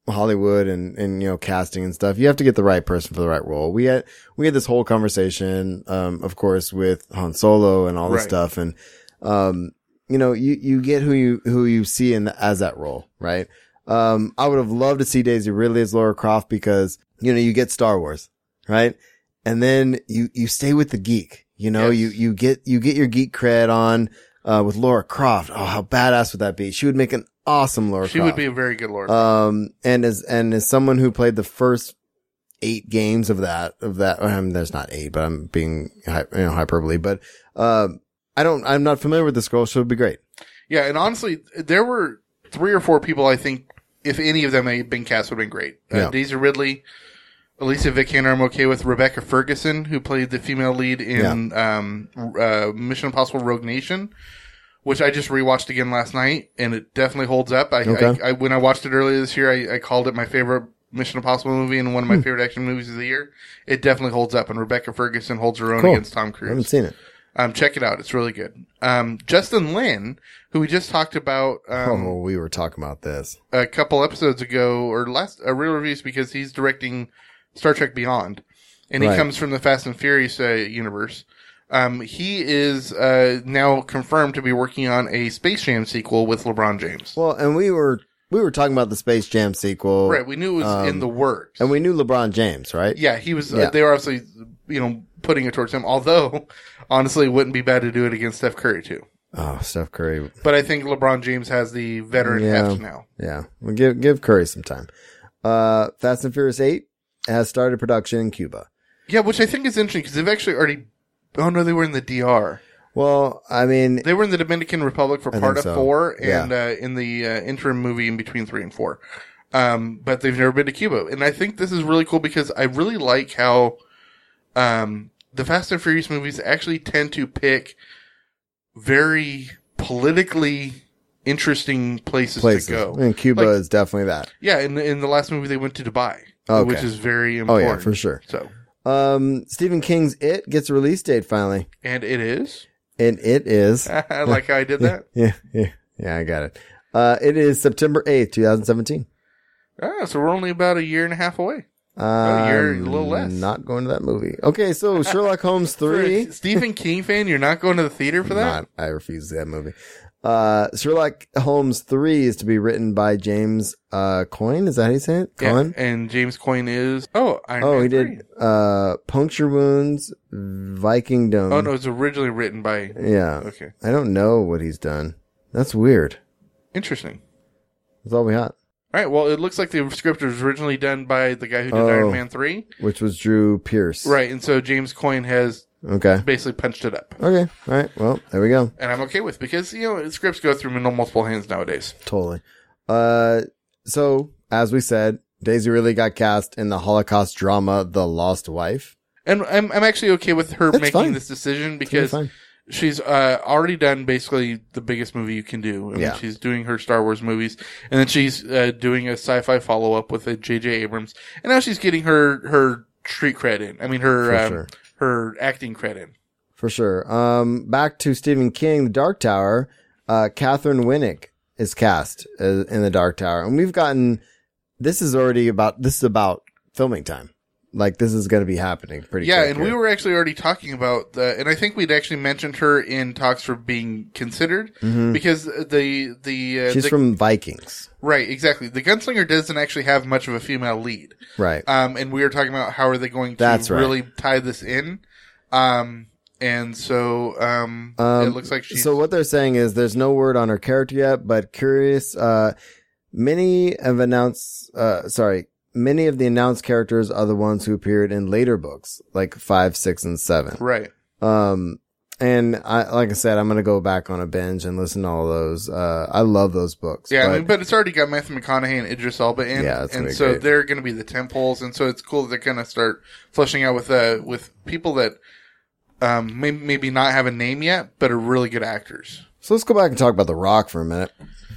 Hollywood and, and, you know, casting and stuff, you have to get the right person for the right role. We had, we had this whole conversation, um, of course, with Han Solo and all this Right. stuff. And, um, you know, you, you get who you, who you see in the, as that role, right? Um, I would have loved to see Daisy Ridley as Laura Croft because, you know, you get Star Wars, right? And then you, you stay with the geek, you know, Yes. you, you get, you get your geek cred on, uh, with Laura Croft. Oh, how badass would that be? She would make an awesome Laura she Croft. would be a very good Laura. Croft. Um, and as, and as someone who played the first eight games of that, of that, I mean, there's not eight, but I'm being, hy- you know, hyperbole, but, um, I don't, I'm not familiar with this girl. She would be great. Yeah, and honestly, there were three or four people I think, if any of them had been cast, would have been great. Uh, Yeah. Daisy Ridley, Alicia Vikander, I'm okay with Rebecca Ferguson, who played the female lead in um, uh, Mission Impossible Rogue Nation, which I just rewatched again last night, and it definitely holds up. I, Okay. I, I when I watched it earlier this year, I, I called it my favorite Mission Impossible movie and one Hmm. of my favorite action movies of the year. It definitely holds up, and Rebecca Ferguson holds her own Cool. against Tom I haven't Cruise. seen it. Um, check it out; it's really good. Um, Justin Lin, who we just talked about, um, oh, we were talking about this. a couple episodes ago or last a real reviews because he's directing Star Trek Beyond, and he Right. comes from the Fast and Furious uh, universe. Um, he is uh, now confirmed to be working on a Space Jam sequel with LeBron James. Well, and we were we were talking about the Space Jam sequel, right, we knew it was in the works, um, and we knew LeBron James, right? yeah, he was. Yeah. Uh, they were obviously you know putting it towards him. Although, honestly, it wouldn't be bad to do it against Steph Curry too. Oh, Steph Curry. But I think LeBron James has the veteran Yeah. heft now. Yeah, well, give give Curry some time. Uh, Fast and Furious Eight has started production in Cuba. Yeah, which I think is interesting because they've actually already. Oh no, they were in the DR. Well, I mean, They were in the Dominican Republic for think part of so. four, and Yeah. uh, in the uh, interim movie in between three and four. Um, but they've never been to Cuba, and I think this is really cool because I really like how um, the Fast and Furious movies actually tend to pick very politically interesting places, places to go. and Cuba Like- is definitely that. Yeah, in the, in the last movie they went to Dubai, Okay. which is very Oh important. yeah, for sure. So, Um, Stephen King's It gets a release date finally, and it is. and it is I like how I did that. yeah yeah yeah I got it. Uh, it is September eighth, two thousand seventeen. Ah, so we're only about a year and a half away. Uh, Oh, you're a little less. Not going to that movie. Okay, so Sherlock Holmes For a three. Stephen King fan, you're not going to the theater for that? Not, I refuse that movie. Uh, Sherlock Holmes three is to be written by James uh Coyne. Is that how you say it? Yeah, Coyne. And James Coyne is oh Iron Oh, Man he 3. did uh puncture wounds, Viking Dome. Oh no, it's originally written by Yeah. Okay. I don't know what he's done. That's weird. Interesting. That's all we got. All right, well, it looks like the script was originally done by the guy who did Oh. Iron Man 3. Which was Drew Pierce. Right, and so James Coyne has Okay. basically punched it up. Okay. All right. Well, there we go. And I'm okay with because, you know, scripts go through multiple hands nowadays. Totally. Uh, so as we said, Daisy really got cast in the Holocaust drama, The Lost Wife. And I'm, I'm actually okay with her That's making fine. this decision It's gonna be because fine. she's uh, already done basically the biggest movie you can do. I mean, Yeah. She's doing her Star Wars movies, and then she's uh, doing a sci-fi follow-up with a J.J. Abrams, and now she's getting her her street cred in. I mean, her For um, sure. her acting cred in. For sure. Um, back to Stephen King, The Dark Tower. Uh, Catherine Winnick is cast uh, in The Dark Tower, and we've gotten this is already about this is about filming time. Like this is going to be happening pretty. Yeah, quick and here. we were actually already talking about, the, and I think we'd actually mentioned her in talks for being considered because the the, uh, Mm-hmm. She's the from Vikings, right exactly the gunslinger doesn't actually have much of a female lead. right? Um, and we were talking about how are they going to That's right. really tie this in. Um, and so um, Um, it looks like she's So what they're saying is there's no word on her character yet, but curious. Uh, many have announced. Uh, sorry, many of the announced characters are the ones who appeared in later books, like five, six, and seven. right. Um, and I, like I said, I'm gonna go back on a binge and listen to all those. Uh, I love those books. Yeah, but, I mean, but it's already got Matthew McConaughey and Idris Elba in, Yeah, it's gonna and be so great. they're going to be the temples, and so it's cool that they're going to start fleshing out with uh with people that um may, maybe not have a name yet, but are really good actors. so let's go back and talk about The Rock for a minute,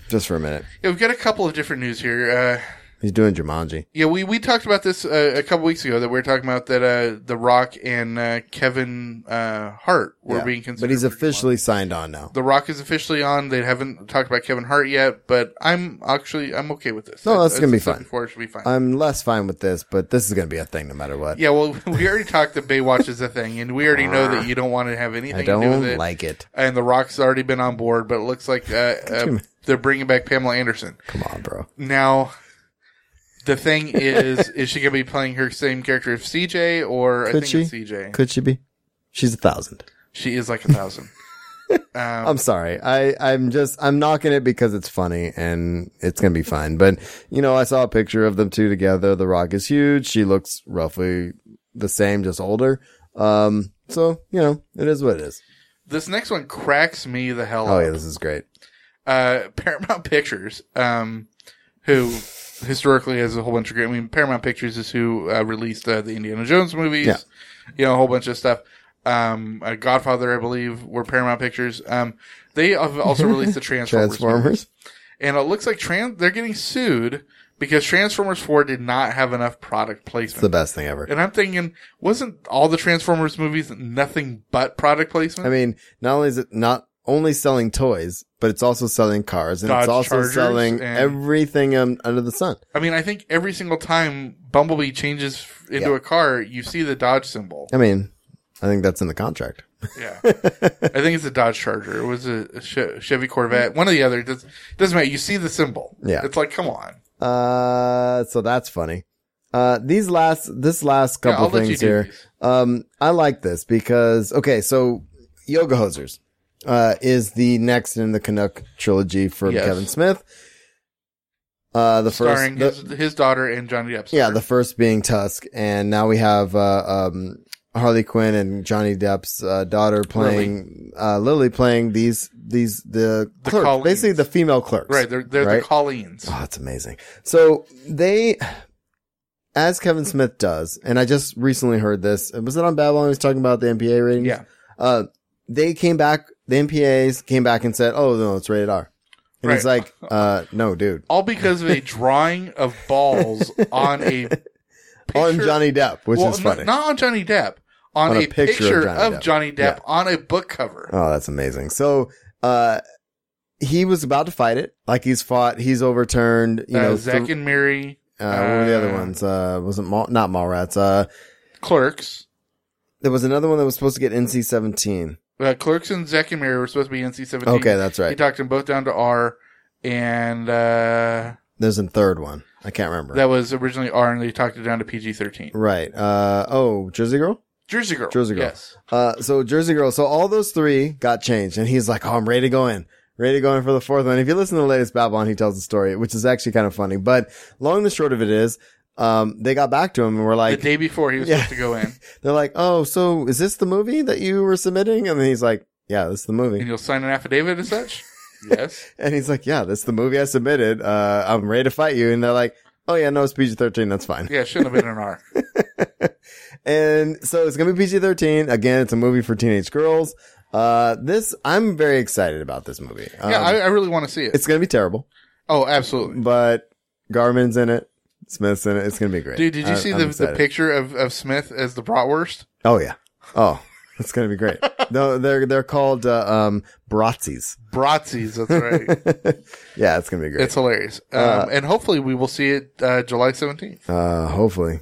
just for a minute. Yeah, we've got a couple of different news here. Uh, He's doing Jumanji. yeah, we, we talked about this uh, a couple weeks ago that we were talking about that uh, The Rock and uh, Kevin uh, Hart were Yeah. being considered. but he's for Jumanji. officially signed on now. The Rock is officially on. They haven't talked about Kevin Hart yet, but I'm actually I'm okay with this. No, that's gonna be said fine. Before it should be fine. I'm less fine with this, but this is gonna be a thing no matter what. yeah, well, we already talked that Baywatch is a thing, and we already know that you don't want to have anything I to do with don't it. like it. and The Rock's already been on board, but it looks like uh, uh, they're bringing back Pamela Anderson Come on, bro. now. The thing is, is she gonna be playing her same character as CJ, or I Could think she? it's CJ? Could she be? She's a thousand. She is like a thousand. I'm sorry. I, I'm just, I'm knocking it because it's funny and it's going to be fine. But, you know, I saw a picture of them two together. The Rock is huge. She looks roughly the same, just older. Um, so, you know, it is what it is. this next one cracks me the hell Oh, up. yeah, this is great. uh, Paramount Pictures, um, who historically has a whole bunch of great. I mean, Paramount Pictures is who uh, released uh, the Indiana Jones movies. Yeah. You know, a whole bunch of stuff. Um, uh, Godfather, I believe, were Paramount Pictures. Um, they have also released the Transformers. movies. Transformers. and it looks like trans they're getting sued because Transformers Four did not have enough product It's the placement. best thing ever. and I'm thinking, wasn't all the Transformers movies nothing but product placement? I mean, not only is it not only selling toys, but it's also selling cars and Dodge it's also Chargers selling and- everything um, under the sun. I mean, I think every single time Bumblebee changes f- into Yeah. a car, you see the Dodge symbol. I mean, I think that's in the contract. Yeah, I think it's a Dodge Charger. It was a, a Che- Chevy Corvette, one or the other. It does, doesn't matter. You see the symbol. Yeah. it's like come on. Uh, so that's funny. Uh, these last, this last Yeah, couple I'll let you things do here. these. Um, I like this because, okay, so Yoga Hosers, uh, is the next in the Canuck trilogy for Yes. Kevin Smith. Uh, the first, Starring the- his, his daughter and Johnny Depp. Yeah, the first being Tusk, and now we have uh, um, Harley Quinn and Johnny Depp's uh, daughter playing Lily. Uh, Lily playing these these the, The clerks, Colleens. basically the female clerks. right. They're they're right? the Colleens. Oh, it's amazing. So they, as Kevin Smith does, and I just recently heard this. Was it on Babylon? He was talking about the MPA ratings. Yeah. Uh, they came back. The MPAs came back and said, "Oh no, it's rated R." And he's Right. like, uh, "No, dude, All because of a drawing of balls on a picture, on Johnny Depp, which well, is n- funny." Not on Johnny Depp. On, a, picture, of Johnny Depp, Yeah. on a book cover. Oh, that's amazing. So, uh, he was about to fight it. Like he's fought, he's overturned, you uh, know, Zack th- and Mary uh, what were the other uh, ones? Uh, was it Mal- not Mallrats? Uh, Clerks. there was another one that was supposed to get NC-17. Uh, Clerks and Zack and Mary were supposed to be NC seventeen. Okay. That's He right. talked them both down to R, and uh, There's a third one. I can't remember. that was originally R, and they talked it down to PG thirteen. right. Uh, oh, Jersey Girl? Jersey Girl. Jersey Girl. Yes. Uh, so Jersey Girl. So all those three got changed and he's like, Oh, I'm ready to go in. Ready to go in for the fourth one. If you listen to the latest Babylon, he tells the story, which is actually kind of funny. But long and the short of it is, um, they got back to him and were like, the day before he was Yeah. supposed to go in, They're like, "Oh, so is this the movie that you were submitting?" And then he's like, "Yeah, this is the and movie." you'll sign an affidavit as such. yes. And he's like, "Yeah, this is the movie I submitted. Uh, I'm ready to fight you." And they're like, "Oh yeah, no, it's PG-13. That's fine." Yeah, it shouldn't have been an R. And so it's gonna be PG-13 again. It's a movie for teenage girls. Uh, this I'm very excited about this movie. Um, yeah, I, I really want to see it. it's gonna be terrible, Oh, absolutely. but Garmin's in it, Smith's in it. It's gonna be great. Dude, did you I- see I'm the, the excited. picture of, of Smith as the bratwurst? Oh yeah. Oh, it's gonna be great. no, they're they're called uh, um Bratzies. Bratzies, that's right. yeah, it's gonna be great. it's hilarious. Um, and hopefully we will see it uh, July 17th Uh, hopefully,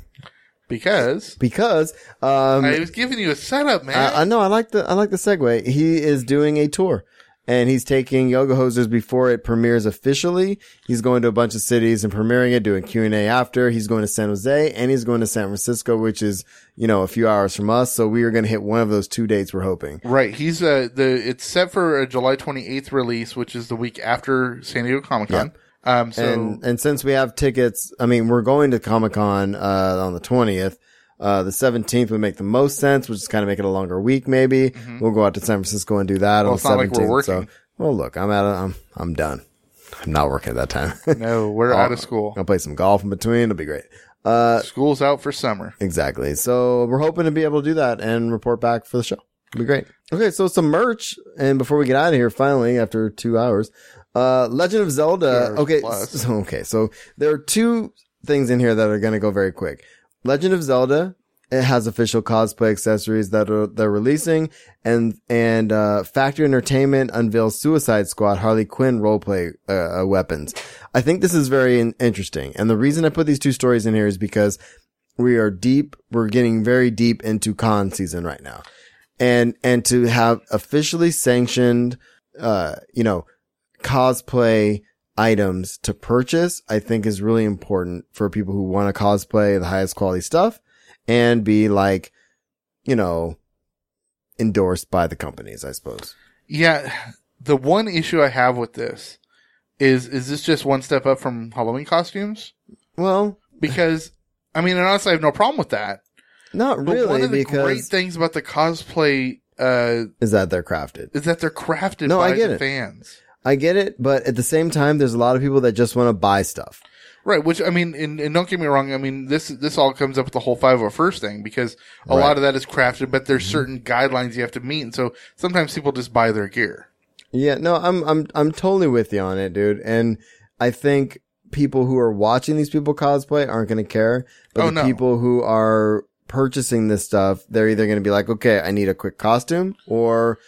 because because um, I I, was giving you a setup, man. I know I like the I like the segue. He is doing a tour, and he's taking Yoga Hosers before it premieres officially. He's going to a bunch of cities and premiering it, doing Q and A after. He's going to San Jose and he's going to San Francisco, which is you know a few hours from us. So we are going to hit one of those two dates. We're hoping. Right, he's uh the it's set for a July twenty eighth release, which is the week after San Diego Comic Con. Um, so and and since we have tickets, I mean, we're going to Comic Con uh, on the twentieth. Uh, the seventeenth would make the most sense. We'll just kind of make it a longer week, maybe. We'll go out to San Francisco and do that on Mm-hmm. it's the not like we're seventeenth. so, working. well, look, I'm out. Of, I'm I'm done. I'm not working at that time. no, we're out of school. I'll play some golf in between. It'll be great. Uh, School's out for summer. exactly. So we're hoping to be able to do that and report back for the show. It'll be great. Okay, so some merch, and before we get out of here, finally after two hours, uh, Legend of Zelda. hours Okay, plus. so, okay, so there are two things in here that are going to go very quick. Legend of Zelda. It has official cosplay accessories that are they're releasing, and and uh, Factory Entertainment unveils Suicide Squad Harley Quinn roleplay uh, uh, weapons. I think this is very in- interesting, and the reason I put these two stories in here is because we are deep. We're getting very deep into con season right now and and to have officially sanctioned uh you know cosplay items to purchase i think is really important for people who want to cosplay the highest quality stuff and be like you know endorsed by the companies i suppose Yeah, the one issue I have with this is is this just one step up from Halloween costumes? well Because I mean, and honestly, I have no problem with that. not But one really of the great because things about the cosplay uh, is that they're crafted is that they're crafted No, by I get the it. fans. i get it but at the same time there's a lot of people that just want to buy stuff Right, which I mean, and, and don't get me wrong. I mean, this this all comes up with the whole five hundred first thing because a Right. Mm-hmm. lot of that is crafted, but there's certain guidelines you have to meet, and so sometimes people just buy their gear. Yeah, no, I'm I'm I'm totally with you on it, dude. And I think people who are watching these people cosplay aren't going to care, but Oh, the no. people who are purchasing this stuff, they're either going to be like, "Okay, I need a quick costume," or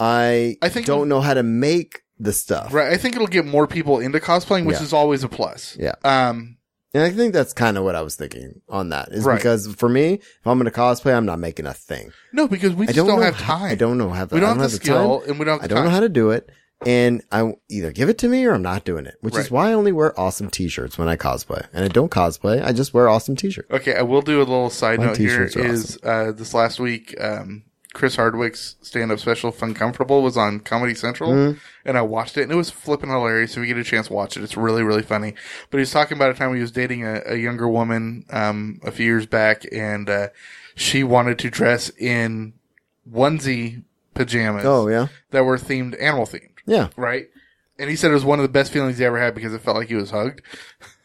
I, I think- don't know how to make the stuff. Right, I think it'll get more people into cosplaying, which Yeah. is always a plus. Yeah. Um. And I think that's kind of what I was thinking on that is Right. because for me, if I'm going to cosplay, I'm not making a thing. No, because we I just don't, don't, know have how- time. I don't know how. The, We don't, I have the skill, time. and we don't have the I don't know time. how to do it. And I either give it to me or I'm not doing it, which is Right. why I only wear awesome t-shirts when I cosplay. And I don't cosplay. I just wear awesome t-shirts. Okay, I will do a little side My note here. t-shirts are Is uh, this last week? Um, Chris Hardwick's stand-up special "Fun Comfortable" was on Comedy Central, Mm-hmm. and I watched it, and it was flipping hilarious. If you get a chance, watch it. It's really, really funny. But he was talking about a time he was dating a, a younger woman um, a few years back, and uh, she wanted to dress in onesie pajamas Oh yeah. that were themed animal themed Yeah. right? And he said it was one of the best feelings he ever had because it felt like he was hugged.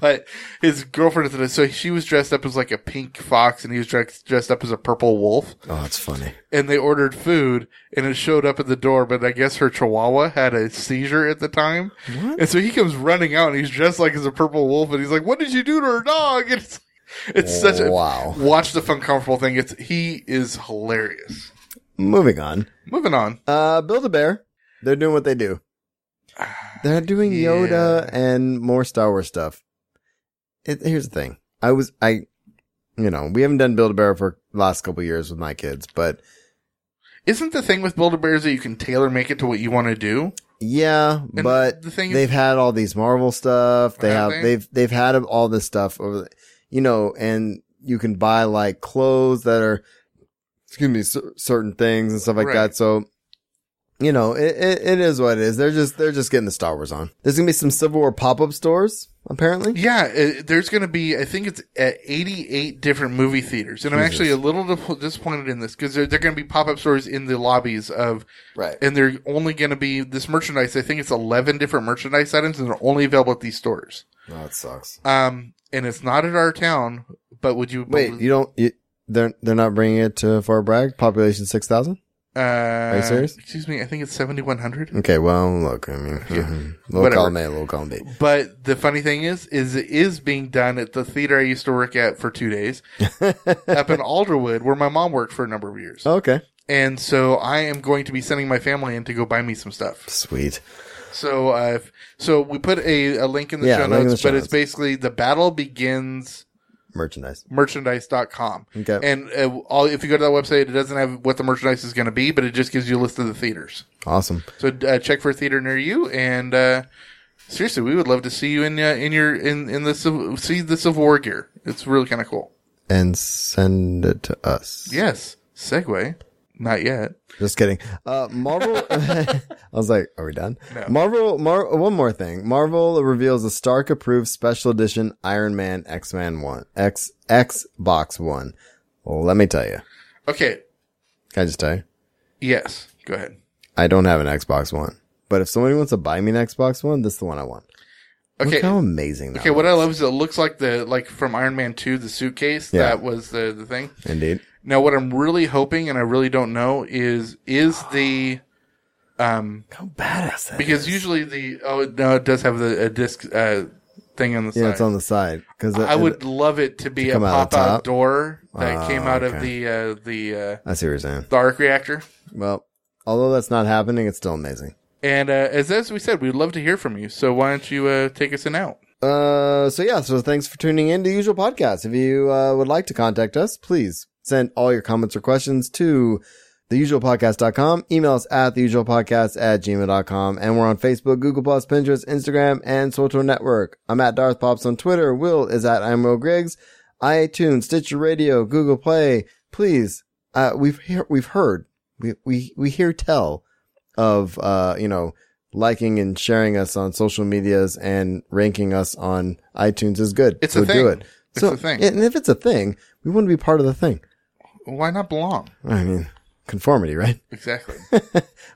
but his girlfriend is so she was dressed up as like a pink fox, and he was dressed dressed up as a purple wolf. Oh, that's funny. And they ordered food, and it showed up at the door. But I guess her Chihuahua had a seizure at the time, and so he comes running out, and he's dressed like as a purple wolf, and he's like, "What did you do to her dog?" And it's it's such a Wow. Watch the fun comfortable thing. It's he is hilarious. Moving on. Moving on. Uh, Build a Bear. They're doing what they do. They're doing Yoda and more Star Wars stuff. It, here's the thing. I was, I, you know, we haven't done Build a Bear for the last couple years with my kids, but Isn't the thing with Builder Bears that you can tailor make it to what you want to do? Yeah, And but the thing is- they've had all these Marvel stuff. They have, Have they? they've they've had all this stuff over, the, you know, and you can buy like clothes that are, excuse me, cer- certain things and stuff like Right. that. So, you know, it, it it is what it is. They're just they're just getting the Star Wars on. There's gonna be some Civil War pop up stores apparently. Yeah, uh there's going to be, I think it's at 88 different movie theaters. And I'm actually a little dip- disappointed in this because they're, they're going to be pop up stores in the lobbies of, Right. and they're only going to be this merchandise. I think it's 11 different merchandise items and they're only available at these stores. No, it sucks. Um, and it's not at our town, but would you Wait, you don't. You, they're they're not bringing it to Fort Bragg. Population six thousand. uh, are you serious? Excuse me, I think it's 7,100. Okay, well, look, I mean, little Whatever. column A, little column B. But the funny thing is, is it is being done at the theater I used to work at for two days up in Alderwood, where my mom worked for a number of years. Okay, And so I am going to be sending my family in to go buy me some stuff. sweet. So, uh, if- so we put a, a link in the Yeah, show link in the notes, show but it's notes. basically the battle begins merchandise. merchandise.com. Okay. And uh, all, if you go to that website, it doesn't have what the merchandise is going to be, but it just gives you a list of the theaters. Awesome. So uh, check for a theater near you, and uh, seriously, we would love to see you in uh, in your in in the Civ- see the Civil War gear. It's really kind of cool. And send it to us. Yes, segue. Not yet. Just kidding. Uh, Marvel. I was like, are we done? Marvel. Mar- one more thing. Marvel reveals a Stark approved special edition Iron Man X Man One X Xbox One. let me tell you. Okay. Can I just tell you? Yes. Go ahead. I don't have an Xbox One. But if somebody wants to buy me an Xbox One, this is the one I want. Okay. Look how amazing that. Okay, what I love is it looks like the like from Iron Man Two, the suitcase Yeah. that was the the thing. Indeed. Now, what I'm really hoping, and I really don't know, is is the How badass that. because usually the oh no, it does have the a disc uh, thing on the yeah, side. it's on the side. Because I would love it to be a come out of pop the top? out door that Ah, came out of okay. the uh, the uh, I see what you're saying. the arc reactor. Well, although that's not happening, it's still amazing. And uh, as as we said, we'd love to hear from you. So why don't you uh, take us in out? Uh, so yeah, so thanks for tuning in to the usual podcast. If you uh, would like to contact us, please send all your comments or questions to theusualpodcast.com. Email us at theusualpodcast at gmail.com. And we're on Facebook, Google Plus, Pinterest, Instagram, and social network. I'm at Darth Pops on Twitter. Will is at I'm Will Griggs. iTunes, Stitcher Radio, Google Play. Please, uh, we've hear, we've heard, we, we, we hear tell of, uh, you know, liking and sharing us on social medias and ranking us on iTunes is good. It's so a do thing. it. It's so, a thing. And if it's a thing, we want to be part of the thing. Why not belong? I mean, Conformity, right? Exactly.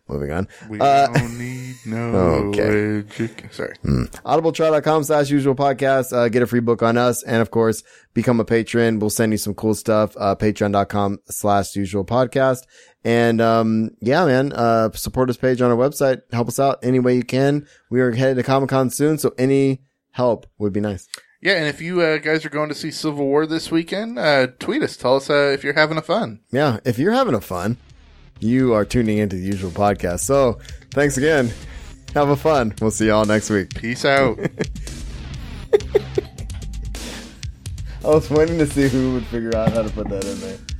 Moving on. Uh, We don't need no okay. educa- Sorry. audibletrial.com slash usual podcast uh, get a free book on us and of course become a patron we'll send you some cool stuff uh, patreon.com slash usual podcast and um yeah man uh support us page on our website help us out any way you can we are headed to comic-con soon so any help would be nice Yeah, and if you uh, guys are going to see Civil War this weekend, uh, tweet us. Tell us uh, if you're having a fun. yeah if you're having a fun you are tuning into the usual podcast so thanks again have a fun we'll see y'all next week Peace out. i was waiting to see who would figure out how to put that in there